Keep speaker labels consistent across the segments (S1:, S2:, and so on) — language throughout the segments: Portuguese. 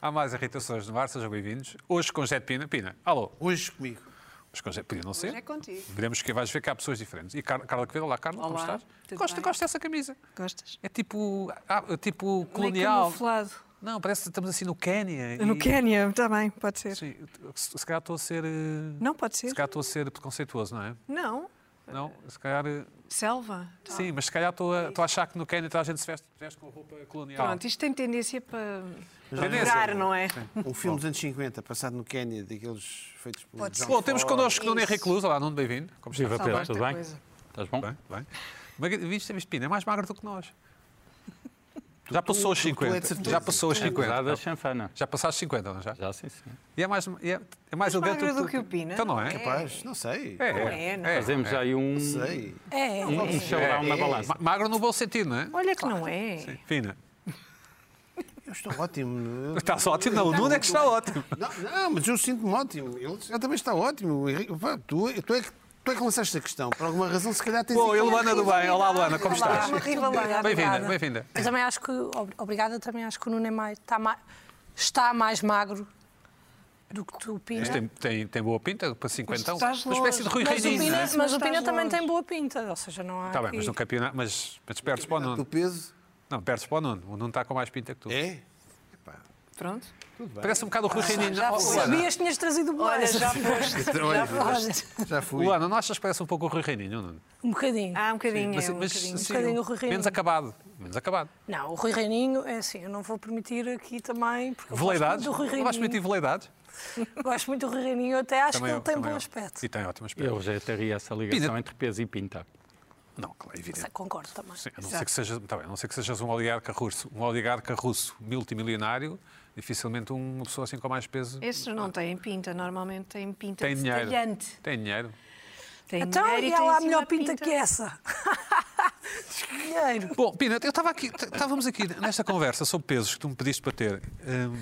S1: Há mais irritações no ar, sejam bem-vindos. Hoje com Jet Pina. Pina, alô.
S2: Hoje comigo.
S1: Hoje com Jet Podia não
S3: Hoje é
S1: ser.
S3: contigo.
S1: Veremos que vais ver que há pessoas diferentes. E Car- Carla Quevedo, olá Carla, como
S3: Olá,
S1: estás?
S3: tudo
S1: Gosto,
S3: bem?
S1: gosto dessa camisa.
S3: Gostas?
S1: É tipo, ah, é tipo
S3: Meio
S1: colonial.
S3: camuflado.
S1: Não, parece que estamos assim no Quénia.
S3: No
S1: e-
S3: Quénia, está bem, pode ser.
S1: Sim, se se calhar estou a ser. eh,
S3: Não pode ser?
S1: Se calhar estou a ser preconceituoso, não é?
S3: Não.
S1: Não, se calhar. eh,
S3: Selva.
S1: Sim, mas se calhar estou a, estou a achar que no Quénia toda a gente se veste, veste com roupa colonial.
S3: Pronto, isto tem tendência para
S1: Tendência.
S3: virar, não é?
S2: Um filme dos anos 50, passado no Quénia, daqueles feitos por
S3: Pode
S2: John
S3: ser.
S1: Bom, temos
S2: Ford.
S1: connosco Nuno
S3: Isso.
S1: Henrique Luz. Olá, Nuno, bem-vindo. Como
S4: Viva
S1: estás?
S3: Salvaste a
S4: Pedro, tudo bem?
S3: coisa.
S4: Estás bom?
S1: Bem, bem. Magre- Viste, viste, Pina, é mais magro do que nós. Já passou os
S2: tu- tu é de
S1: 50.
S2: certeza.
S1: já passou os
S2: Tu é
S1: 50.
S4: Cruzada
S1: não?
S4: chanfana.
S1: Já passaste 50, não já?
S4: Já sim, sim.
S1: E é mais, e é, é mais elegante
S3: magro do que o Pina,
S1: Então não
S3: não
S1: é?
S3: é?
S2: Rapaz, não sei.
S1: É,
S3: Não é, não é.
S4: Fazemos já aí um,
S2: Não sei.
S3: É,
S4: um, um chaurão na balança.
S1: Ma- Magro no bom sentido, não é?
S3: olha que não é.
S1: Pina,
S2: Eu estou ótimo. Eu-
S1: estás É. ótimo.
S3: Tá
S1: Não, o Nuno é que está ótimo.
S2: Não, não, mas eu sinto-me ótimo. Ele já também está ótimo. Henrique, pá, tu, tu, é que, tu é que lançaste a questão. Por alguma razão, se calhar tens.
S1: Bom,
S2: aqui-
S1: e Luana do Bem. Olá, Luana, como
S3: Olá,
S1: estás?
S3: uma rivalidade.
S1: Bem-vinda,
S5: Obrigada.
S1: bem-vinda.
S5: Eu também acho que, ob- obrigada, também acho que o Nuno é mais, está, ma- está mais magro do que tu, Pina.
S1: Mas tem, tem, tem boa pinta para 50.
S3: É. estás
S1: Uma espécie de Rui
S5: Mas o
S1: Reininho, não
S5: Pina,
S1: é?
S3: Mas
S5: mas o
S3: estás
S5: Pina também
S3: longe.
S5: tem boa pinta, ou seja, não há.
S1: Está Tá bem,
S5: aqui-
S1: mas no campeonato, mas, mas perdes para o
S2: Do
S1: Nuno.
S2: peso.
S1: Não, perdes para o Nuno. O Nuno está com mais pinta que tu.
S2: É?
S3: Pronto.
S1: Parece um bocado o Rui Reininho.
S3: Ah, já
S1: Oh,
S3: foi.
S1: Luana,
S5: Sabias que tinhas trazido
S3: Olha,
S5: boas.
S3: já foste. já foste.
S2: Já fui.
S1: Luana, não achas que parece um pouco o Rui Reininho, Nuno?
S5: Um bocadinho.
S3: Ah, um bocadinho,
S1: Mas,
S3: é, um
S1: mas,
S3: bocadinho.
S1: assim,
S5: Um bocadinho o Rui
S1: menos
S5: Reininho.
S1: acabado. Menos acabado.
S5: Não, o Rui Reininho é assim, eu não vou permitir aqui também, porque eu gosto muito
S1: Veleidades?
S5: do Rui
S1: Não vais permitir
S5: Reininho.
S1: veleidades?
S5: Gosto muito do Rui Reininho, eu até acho
S1: Também
S5: que
S1: eu,
S5: ele tem um
S1: também
S5: bom
S1: eu.
S5: aspecto.
S1: E tem ótimo aspecto.
S4: Eu rejeitaria essa ligação
S1: Pina-
S4: entre peso e pinta.
S1: Não, claro, é evidente.
S5: Sei, Concordo também.
S1: Sim, a não ser que sejas, tá bem, a não ser que sejas um oligarca russo, um oligarca russo multimilionário, dificilmente uma pessoa assim com mais peso
S3: Estes não têm pinta, normalmente têm pinta
S5: é
S1: tem
S3: de
S1: dinheiro.
S3: talhante.
S1: Tem dinheiro.
S3: Tem
S5: Então,
S3: dinheiro
S5: e
S3: tem
S5: há lá a
S3: assim
S5: melhor
S3: uma
S5: pinta que é? essa. Dinheiro.
S1: Bom, Pina, eu estava aqui, t- estávamos aqui nesta conversa sobre pesos que tu me pediste para ter. Hum,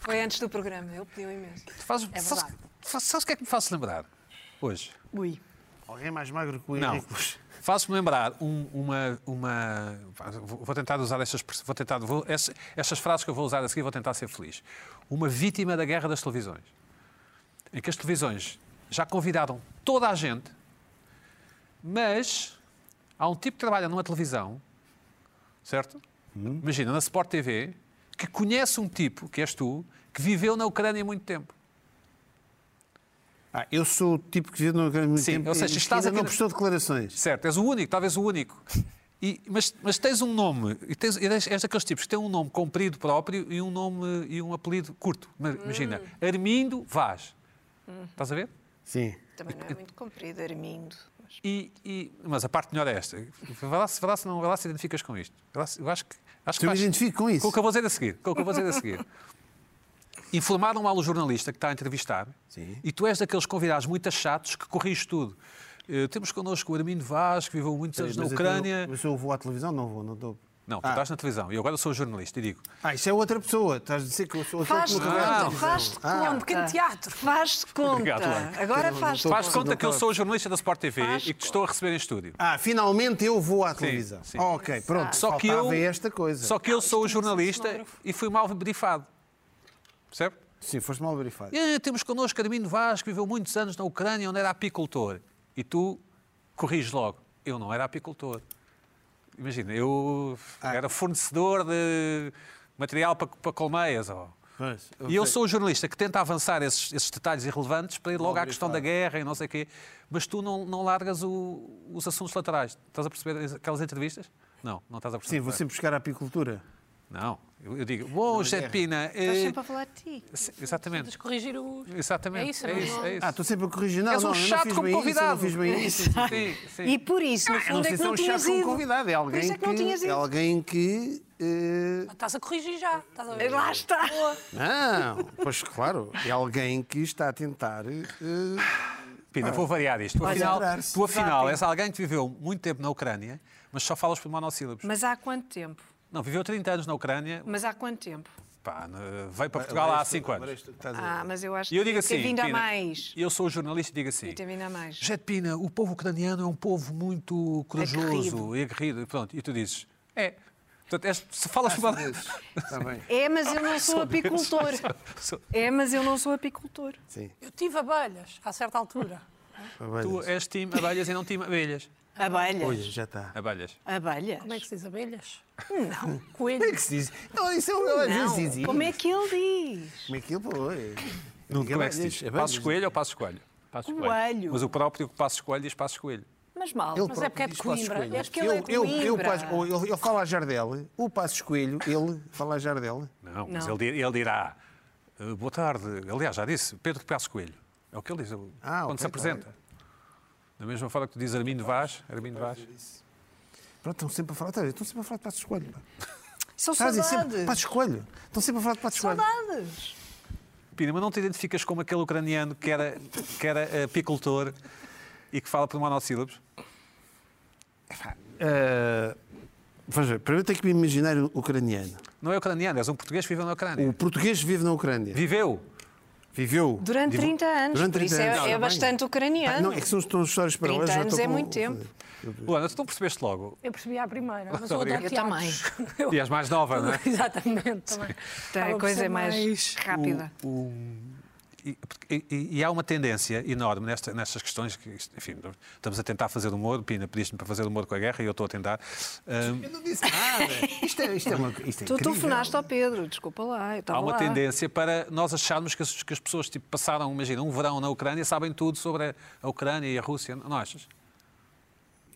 S3: Foi antes do programa, ele pediu imenso.
S1: tu fazes-
S5: Ah. É
S1: sabes,
S5: verdade.
S1: fa- sabes o que é que me faz lembrar? Hoje.
S3: Ui.
S2: Alguém mais magro que o
S1: Não.
S2: Henrique. Luz.
S1: Faz-me lembrar um- uma, uma- Vou vou tentar usar estas. pers- Vou tentar, vou- ess- estas frases que eu vou usar a seguir, vou tentar ser feliz. Uma vítima da guerra das televisões. Em que as televisões já convidaram toda a gente, mas há um tipo que trabalha numa televisão, certo? Imagina, na Sport TV, que conhece um tipo, que és tu, que viveu na Ucrânia muito tempo.
S2: Ah, eu sou o tipo que vive no grande muito
S1: Sim,
S2: tempo.
S1: ou seja,
S2: e
S1: estás
S2: ainda
S1: aqui
S2: não
S1: na-
S2: prestou declarações.
S1: Certo, és o único, talvez o único. E- mas, mas tens um nome, e tens, e és és daqueles tipos que têm um nome comprido próprio e um nome e um apelido curto. Ma- Imagina, Armindo Vaz. Estás a ver?
S2: Sim.
S3: Também não é muito comprido, Armindo. Mas...
S1: E, e- mas a parte melhor é esta. Vê lá, se- vê lá se não vê lá se identificas com isto. Vê lá se- eu acho que. Acho que
S2: Tu me
S1: vais-
S2: identifico com
S1: com
S2: isso.
S1: o que eu vou dizer a seguir. Com o que eu vou dizer a seguir. Informaram mal o jornalista que está a entrevistar
S2: Sim.
S1: e tu és daqueles convidados muito chatos que corriges tudo. Eh, temos connosco o Armindo Vaz, que viveu muitos anos na
S2: Mas eu
S1: Ucrânia.
S2: tenho- um- Mas eu vou à televisão? Não vou, não dou.
S1: Não, tu
S2: Ah.
S1: estás na televisão e eu agora sou jornalista e digo.
S2: Ah, isso é outra pessoa. Estás a dizer que eu sou aquele
S3: Faz-te
S2: que nunca vai à
S3: conta,
S2: televisão.
S3: faz-te
S5: É um
S3: conta.
S5: pequeno
S3: Ah,
S5: teatro.
S3: tá. Faz-te conta.
S1: Obrigado, Luana.
S3: Agora faz-te
S1: Faz
S3: conta.
S1: conta que eu sou jornalista da Sport TV
S3: Faz
S1: e que te estou a receber em estúdio.
S2: Ah, finalmente eu vou à televisão.
S1: sim.
S2: Ah, ok, pronto.
S1: Só que
S2: faltava
S1: eu-
S2: esta coisa.
S1: Só que eu sou o jornalista e fui mal brifado. Percebe?
S2: Sim, foste mal verificado.
S1: Eh, temos connosco Armindo Vaz, que viveu muitos anos na Ucrânia, onde era apicultor. E tu corriges logo. Eu não era apicultor. Imagina, eu
S2: Ah.
S1: era fornecedor de material para, para colmeias. ó.
S2: Pois,
S1: E eu
S2: sei.
S1: sou o jornalista que tenta avançar esses, esses detalhes irrelevantes para ir logo à questão da guerra e não sei o quê. Mas tu não, não largas o- os assuntos laterais. Estás a perceber aquelas entrevistas? Não, não estás a perceber.
S2: Sim, vou sempre buscar a apicultura.
S1: Não. Eu, eu digo, bom, José de Pina. eh,
S3: Estás Tá sempre a falar é? de ti.
S1: se- Exatamente.
S5: Tens de corrigir os.
S1: Exatamente.
S5: É isso,
S1: é
S5: não-
S1: isso. é isso.
S2: Ah, estou sempre a corrigir. Não,
S1: És
S2: não,
S1: um
S2: eu não
S1: chato
S2: fiz
S1: como
S2: bem isso, eu
S1: convidado. é
S2: não fiz bem isso.
S1: Sim, sim.
S3: E por isso, no
S2: Eu não
S3: fundo,
S2: sei
S3: é que
S2: se é
S3: não
S2: um chato
S3: tinhas
S2: como
S3: ido.
S2: convidado. É alguém
S3: isso é que não tinhas
S2: que...
S3: ido.
S2: É alguém que... eh,
S5: Estás a corrigir já. Estás a ver?
S3: Lá está.
S5: Boa.
S2: Não, pois claro. É alguém que está a tentar... eh,
S1: Pina, vou variar isto. Tu afinal,
S2: adorar-se.
S1: tu, afinal és alguém que viveu muito tempo na Ucrânia, mas só falas por monossílabos.
S3: Mas há quanto tempo?
S1: Não, viveu 30 anos na Ucrânia,
S3: Mas há quanto tempo?
S1: pá, ne- veio para Portugal há 5 anos.
S3: Ah, mas eu acho
S1: E eu digo
S3: que
S1: assim,
S3: tem vindo a
S1: Pina,
S3: mais.
S1: eu sou jornalista e digo assim,
S3: Tem vindo a mais.
S1: Jet Pina, o povo ucraniano é um povo muito corajoso
S3: Aguerrido.
S1: e aguerrido. E, pronto, e tu dizes, é. Portanto, Portanto, és- se falas sobre.
S2: Está bem.
S3: É, mas eu não sou apicultor.
S1: Sou-
S3: É, mas eu não sou apicultor.
S2: Sim.
S5: Eu tive abelhas, a certa altura.
S1: Tu é- és time abelhas e não time abelhas.
S3: Abelhas.
S2: Hoje já está.
S1: Abelhas.
S3: Abelhas.
S5: Como é que se diz abelhas? Não,
S2: Como é
S5: coelhos.
S2: que se diz? Não, isso é um. Não.
S3: Não.
S2: Diz, diz.
S3: Como é que ele diz?
S2: Como é que ele foi?
S1: Não, como é que se diz?
S2: Abelhas,
S1: Passos
S2: abelhas.
S1: coelho ou passos coelho?
S4: Passo coelho.
S3: Coelho.
S1: Mas o próprio que passos coelho diz passos coelho.
S3: Mas mal.
S2: Ele
S5: Mas
S2: próprio
S5: é porque é de
S2: diz Passos
S5: Coimbra.
S2: Coelho.
S5: É porque
S3: ele é de
S2: eu, eu, eu,
S3: Coimbra.
S2: Passos- ou ele, ele fala a Jardel, o Passos Coelho, ele fala a Jardel.
S1: Não, mas
S3: Não.
S1: ele, di- ele dirá. "Eh, Boa tarde. Aliás, já disse, Pedro de Passos Coelho. É o que ele diz eu-
S2: Ah,
S1: quando
S2: ok,
S1: se
S2: tá Então, bem.
S1: apresenta. Da mesma forma que tu dizes Armindo Vaz, Armindo Vaz.
S2: Pronto, estão sempre a falar, tá, estão sempre a falar de Passos Coelho. pá.
S3: São
S2: Trazem sempre
S3: saudades.
S2: Passos Coelho. Estão sempre a falar de Passos Coelho.
S3: Saudades.
S1: Pina, mas não te identificas como aquele ucraniano que era, que era eh, apicultor e que fala por monossílabos?
S2: Ah, vamos ver, primeiro tenho que me imaginar o ucraniano.
S1: Não é ucraniano, és um português que viveu na
S3: É.
S1: Ucrânia.
S2: O português vive na Ucrânia.
S1: Viveu.
S2: Viveu.
S3: Durante 30 anos.
S2: Durante
S3: por
S2: 30
S3: isso é-
S2: anos, está
S3: é,
S2: bem.
S3: bastante
S2: Pá,
S3: ucraniano.
S2: Não, é que são estão histórias para
S3: 30
S2: hoje.
S3: anos é muito tempo.
S1: Luana, tu não percebeste logo.
S5: Eu percebi à primeira, mas eu
S1: Obrigado.
S5: adoro
S3: Eu
S5: teatros. Eu-
S1: E és mais nova, não é?
S5: Exatamente, também.
S3: Então,
S5: Acaba
S3: a
S5: por
S3: coisa
S5: ser
S3: é mais rápida.
S1: O- o- e, porque- e- e há uma tendência enorme nesta, nestas questões, que, isto- enfim, estamos a tentar fazer humor, Pina, pediste-me para fazer humor com a guerra e eu estou a tentar. Hum, Ahm,
S2: Eu não disse nada. Isto é, isto é, uma, isto é
S3: Tu
S2: incrível.
S3: telefonaste ao Pedro, desculpa lá. Eu estava
S1: há uma
S3: lá.
S1: tendência para nós acharmos que as, que as pessoas tipo, passaram, imagina, um verão na Ucrânia, sabem tudo sobre a, a Ucrânia e a Rússia, não achas?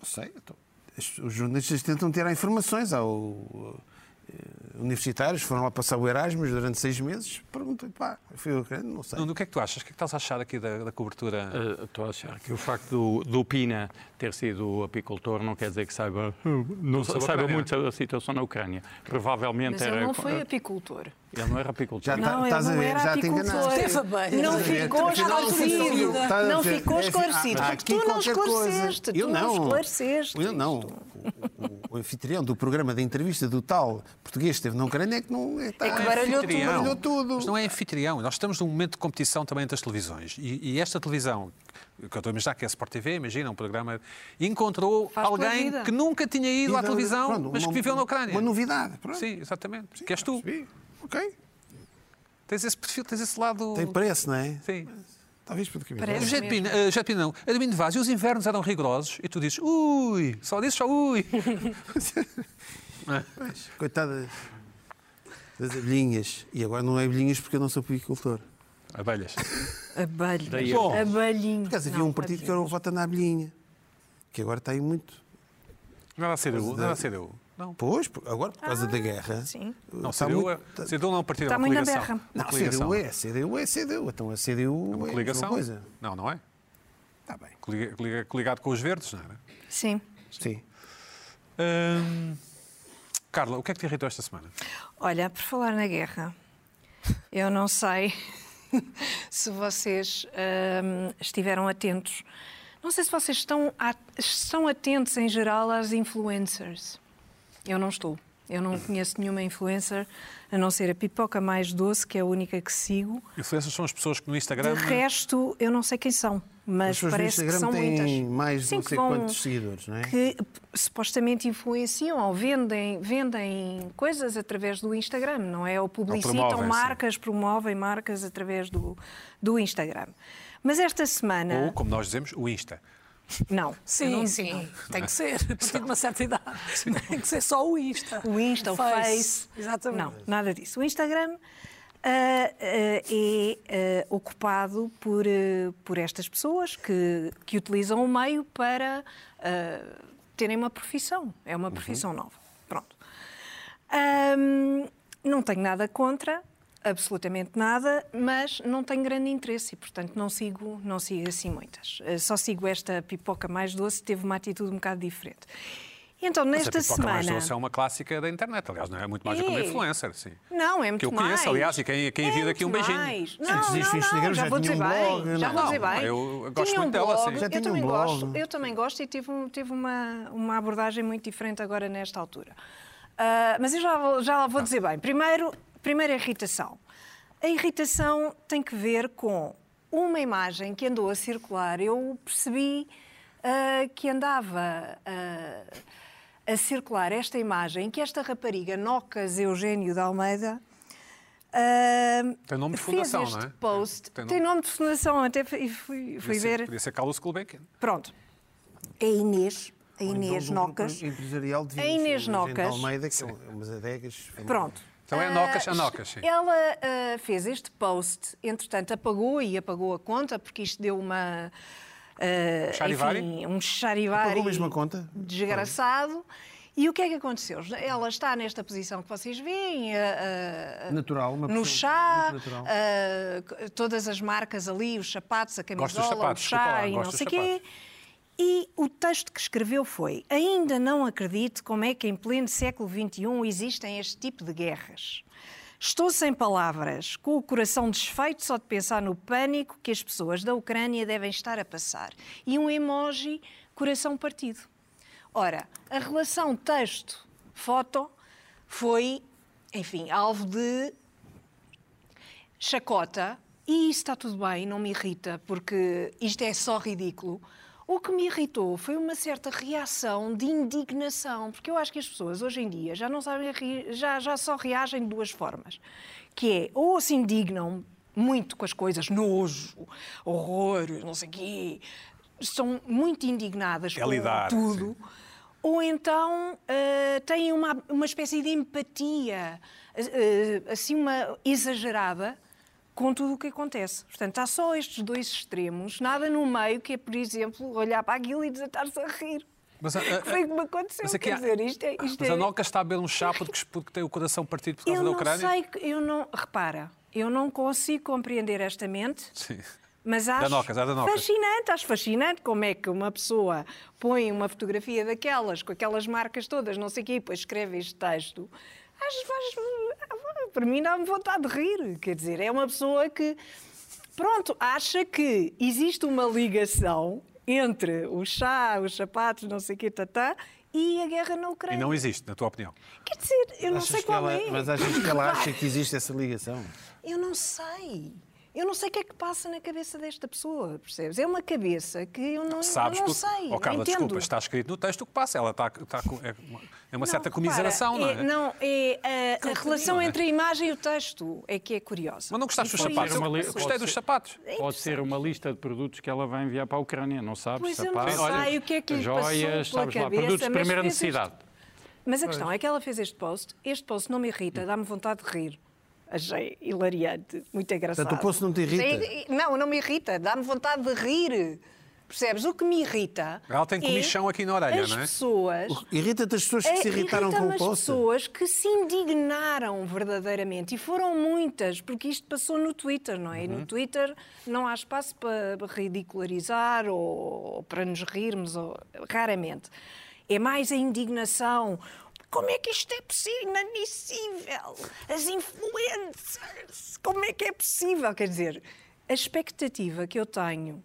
S2: Não sei. então, as- Os jornalistas tentam tirar informações ao. eh, Universitários foram lá passar o Erasmus durante seis meses. Perguntei, pá, fui ao Ucrânia, não sei.
S1: Nuno, o que é que tu achas? O que é que estás a achar aqui da, da cobertura?
S4: Eh, Estou a achar que o facto do, do Pina ter sido apicultor não quer dizer que saiba, não
S1: sobre a
S4: saiba
S1: Ucrânia.
S4: muito sobre a situação na Ucrânia. Provavelmente
S3: Mas
S4: era. eh,
S3: ele não foi apicultor.
S4: Ele não era apicultor.
S2: Já tá-
S3: Não, ele
S2: estás a
S3: não
S2: ver,
S3: era
S2: já te
S3: apicultor.
S2: enganaste.
S5: Teve bem.
S3: Não
S5: Estás a ver,
S3: ficou
S2: afinal,
S3: esclarecido.
S2: não sei se-
S3: Não
S2: estás a ver,
S3: ficou
S2: é assim,
S3: esclarecido.
S2: há- há
S3: Porque
S2: aqui
S3: tu não
S2: qualquer coisa.
S3: esclareceste.
S2: Eu
S3: Tu não esclareceste.
S2: Eu não.
S3: isto.
S2: O, o- o anfitrião do programa de entrevista do tal português que esteve na Ucrânia é que não. É, tá-
S3: É que baralhou tudo.
S1: anfitrião.
S2: Baralhou tudo.
S1: Mas não é anfitrião. Nós estamos num momento de competição também entre as televisões. E, e esta televisão, que eu estou a imaginar que é a Sport TV, imagina, um programa, encontrou
S3: Faz pela
S1: alguém
S3: vida.
S1: que nunca tinha ido à
S2: Vida-
S1: televisão,
S2: pronto,
S1: mas
S2: uma-
S1: que viveu na Ucrânia.
S2: Uma novidade. Pronto.
S1: Sim, exatamente. que és tu.
S2: Percebi. Ok.
S1: Tens esse perfil, tens esse lado...
S2: Tem É preço, não é?
S1: Sim.
S2: Talvez para o caminho.
S3: Parece.
S1: Jet Pina, eh, Jet Pina não. Armindo Vaz, e os invernos eram rigorosos? E tu dizes, ui, só dizes só ui.
S2: Coitada das abelhinhas. E agora não é abelhinhas porque eu não sou apicultor.
S1: Abelhas.
S4: Daí
S3: Abelhinha.
S4: eu-
S2: Por
S3: Abelhinha.
S2: acaso havia
S3: Não,
S2: um partido que
S3: abelhinha.
S2: era o Vota na Abelhinha. Que agora está aí muito.
S1: Não era a CDU,
S2: eh,
S1: não era a CDU. Não.
S2: Pois, por- agora por causa da guerra.
S3: Ah,
S2: eh,
S3: Sim.
S1: Não,
S2: está
S1: CDU,
S2: tá muito- tá
S1: é- CDU não é um partido, é
S3: Está
S1: uma
S3: muito na
S1: coligação.
S3: berra.
S1: Uma
S2: Não,
S1: coligação.
S2: CDU é, CDU é CDU. Então a CDU é
S1: Uma
S2: a
S1: coligação?
S2: mesma coisa.
S1: Não, não é?
S2: Está bem.
S1: Coliga- coliga- Coligado com os verdes, não era?
S3: Sim.
S2: Sim.
S1: Hum, Carla, o que é que te irritou esta semana?
S3: Olha, por falar na guerra, eu não sei se vocês hum, estiveram atentos. Não sei se vocês estão, a- estão atentos em geral às influencers. Eu não estou. Eu não conheço nenhuma influencer, a não ser a Pipoca Mais Doce, que é a única que sigo.
S1: Influências são as pessoas que no
S3: De
S1: Instagram.
S3: resto, eu não sei quem são, mas
S2: pessoas no
S3: parece que
S2: Instagram
S3: são
S2: têm
S3: muitas.
S2: mais de
S3: Sim,
S2: não
S3: que
S2: sei
S3: vão-
S2: quantos seguidores, não é?
S3: que supostamente influenciam ou vendem, vendem coisas através do Instagram, não é? Ou publicitam
S1: promovem, sim.
S3: marcas, promovem marcas através do, do Instagram. Mas esta semana.
S1: Ou, como nós dizemos, o Insta.
S3: Não.
S5: Sim,
S3: Eu não-
S5: sim. Tem que ser, a partir de uma certa idade. Tem que ser só o Insta.
S3: O Insta, o Face.
S5: Exatamente.
S3: Não, nada disso. O Instagram ah, ah, é ah, ocupado por, ah, por estas pessoas que, que utilizam o meio para ah, terem uma profissão. É
S1: Uhum.
S3: uma profissão nova. Pronto. Ahm, não tenho nada contra, absolutamente nada, mas não tenho grande interesse e, portanto, não sigo, não sigo assim muitas. Ah, Só sigo esta pipoca mais doce, teve uma atitude um bocado diferente. Então,
S1: Mas a
S3: nesta
S1: pipoca mais
S3: semana.
S1: doce é uma clássica da internet, aliás, não é? É muito mais do que uma
S3: É.
S1: influencer, sim.
S3: Não, é muito
S1: Que eu conheço,
S3: mais. É
S1: aliás, e quem- quem viu daqui, um
S3: muito
S1: beijinho.
S3: mais.
S1: Sim,
S3: Não,
S2: se existe
S3: não,
S2: Instagram,
S3: não, já
S2: já
S3: vou
S2: tinha
S3: dizer
S2: um
S3: bem.
S2: blog,
S3: já
S2: não.
S3: vou dizer
S1: Não,
S3: bem.
S1: eu gosto
S3: Tinha um
S1: muito dela,
S3: blog,
S1: sim.
S2: Já
S3: Eu
S2: tinha
S3: também
S2: um blog.
S3: gosto. Eu também gosto e tive, um- tive uma, uma abordagem muito diferente agora nesta altura. Ah, mas eu já, vou- já lá
S1: Ah.
S3: vou dizer bem. Primeiro, primeira irritação. A irritação tem que ver com uma imagem que andou a circular. Eu percebi ah, que andava. ah, a circular esta imagem que esta rapariga, Nocas Eugênio de Almeida, ah,
S1: Tem nome de
S3: fez
S1: fundação,
S3: este
S1: não é?
S3: post.
S1: Tem
S3: Tem
S1: nome-
S3: nome, de fundação, até fui, fui, fui
S1: Podia ser-
S3: ver.
S1: Podia ser Carlos Gulbenkian.
S3: Pronto. É a Inês, a
S1: então
S3: Inês Nocas.
S2: um Empresarial de
S3: A Inês
S2: Eugênio de
S3: Nocas.
S2: Almeida, que são umas adegas.
S3: Pronto.
S1: Então é
S3: Ah,
S1: Nocas, a Nocas, sim.
S3: Ela ah, fez este post, entretanto apagou e apagou a conta, porque isto deu uma. ah,
S1: Charivari?
S3: enfim, um charivari.
S2: Apagou mesmo a conta?
S3: Desgraçado. E o que é que aconteceu? Ela está nesta posição que vocês veem, ah, ah,
S2: Natural, uma
S3: no
S2: pessoa
S3: chá,
S2: muito natural.
S3: ah, todas as marcas ali, os sapatos, a
S1: Gosto dos
S3: camisola,
S1: sapatos,
S3: o
S1: desculpa
S3: chá
S1: lá,
S3: e
S1: gosto
S3: não
S1: dos
S3: sei o quê. E o texto que escreveu foi: Ainda não acredito como é que em pleno século XXI existem este tipo de guerras. Estou sem palavras, com o coração desfeito só de pensar no pânico que as pessoas da Ucrânia devem estar a passar. E um emoji coração partido. Ora, a relação texto-foto foi, enfim, alvo de chacota e isso está tudo bem, não me irrita, porque isto é só ridículo. O que me irritou foi uma certa reação de indignação, porque eu acho que as pessoas hoje em dia já não sabem, ri- já, já só reagem de duas formas, que é ou se indignam muito com as coisas, nojo, horror, não sei o quê, são muito indignadas
S1: É
S3: com
S1: lidar,
S3: tudo,
S1: sim.
S3: ou então ah, têm uma, uma espécie de empatia, ah, ah, assim, uma exagerada com tudo o que acontece. Portanto, há só estes dois extremos, nada no meio que é, por exemplo, olhar para aquilo e desatar-se a rir.
S1: Mas a- a-
S3: Que foi o que me aconteceu.
S1: Ah, mas aqui
S3: Quer
S1: há-
S3: dizer, isto é. Isto
S1: Mas
S3: é-
S1: a Nocas está a beber um chá porque, porque tem o coração partido por causa
S3: eu
S1: da
S3: não
S1: Ucrânia?
S3: sei, que- eu não. Repara, eu não consigo compreender esta mente.
S1: Sim.
S3: Mas acho
S1: Nocas, é da Nocas.
S3: fascinante, acho fascinante como é que uma pessoa põe uma fotografia daquelas, com aquelas marcas todas, não sei o quê, e depois escreve este texto. Acho, faz, para mim dá-me vontade de rir. Quer dizer, é uma pessoa que, pronto, acha que existe uma ligação entre o chá, os sapatos, não sei o quê, tatá, e a guerra na
S1: E
S3: Ucrânia.
S1: não existe, na tua opinião.
S3: Quer dizer, eu não
S2: Achas
S3: sei
S2: que
S3: qual
S2: ela-
S3: é.
S2: Mas achas que ela acha que existe essa ligação?
S3: Eu não sei. Eu não sei o que é que passa na cabeça desta pessoa, percebes? É uma cabeça que eu não,
S1: Sabes
S3: eu não
S1: tu...
S3: sei.
S1: Oh, Carla,
S3: não entendo.
S1: desculpa, está escrito no texto o que passa. Ela está, está com- é uma, é uma certa
S3: repara,
S1: comiseração, não é?
S3: Não, é a- a, relação
S1: não é?
S3: entre a imagem e o texto é que é curiosa.
S1: Mas não gostaste dos
S4: Pode
S1: sapatos?
S4: ser
S1: Eu
S4: uma li-
S1: gostei
S4: pode
S1: dos
S4: ser-
S1: sapatos.
S4: Pode ser uma lista de produtos que ela vai enviar para a Ucrânia, não sabes?
S3: Pois eu não
S4: sapatos,
S3: sei o que é que lhe passou pela
S4: joias, sabes lá,
S3: cabeça,
S4: produtos de
S3: mas
S4: primeira
S3: fez isto.
S4: necessidade.
S3: Mas a questão é que ela fez este post. Este post não me
S1: Hum.
S3: irrita, dá-me vontade de rir. Achei hilariante, muito engraçado.
S2: Portanto, o post não te irrita?
S3: Achei- Não, não me irrita, dá-me vontade de rir. Percebes? O que me irrita.
S1: Ela tem
S3: é
S1: comichão aqui na orelha,
S3: as
S1: não é?
S3: pessoas
S2: Irrita-te as pessoas que se
S3: É,
S2: irritaram com
S3: irrita-me
S2: o
S3: as
S2: post?
S3: pessoas que se indignaram verdadeiramente. E foram muitas, porque isto passou no Twitter, não é?
S2: Uhum.
S3: E No Twitter não há espaço para ridicularizar ou, ou para nos rirmos, ou- raramente. É mais a indignação. Como é que isto é possível? Inadmissível! As influencers! Como é que é possível? Quer dizer, a expectativa que eu tenho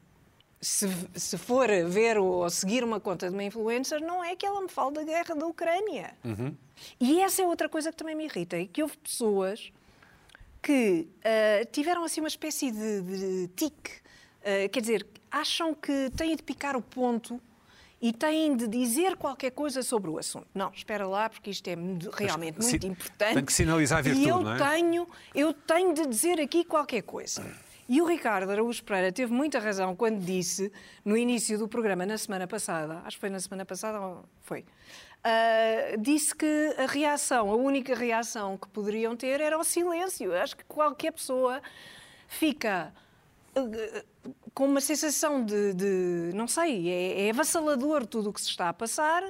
S3: se, se for ver ou seguir uma conta de uma influencer, não é que ela me fale da guerra da Ucrânia.
S1: Uhum.
S3: E essa é outra coisa que também me irrita, é que houve pessoas que ah, tiveram assim uma espécie de, de tique, Ah, quer dizer, acham que têm de picar o ponto e têm de dizer qualquer coisa sobre o assunto. Não, espera lá, porque isto é mu- realmente
S1: si-
S3: muito importante.
S1: tem que sinalizar a virtude,
S3: e eu
S1: não é?
S3: tenho, eu tenho de dizer aqui qualquer coisa. E o Ricardo Araújo Pereira teve muita razão quando disse, no início do programa, na semana passada, acho que foi na semana passada, ou- foi, ah, disse que a reação, a única reação que poderiam ter era o silêncio. Eu Acho que qualquer pessoa fica ah, com uma sensação de, de- não sei, é, é avassalador tudo o que se está a passar,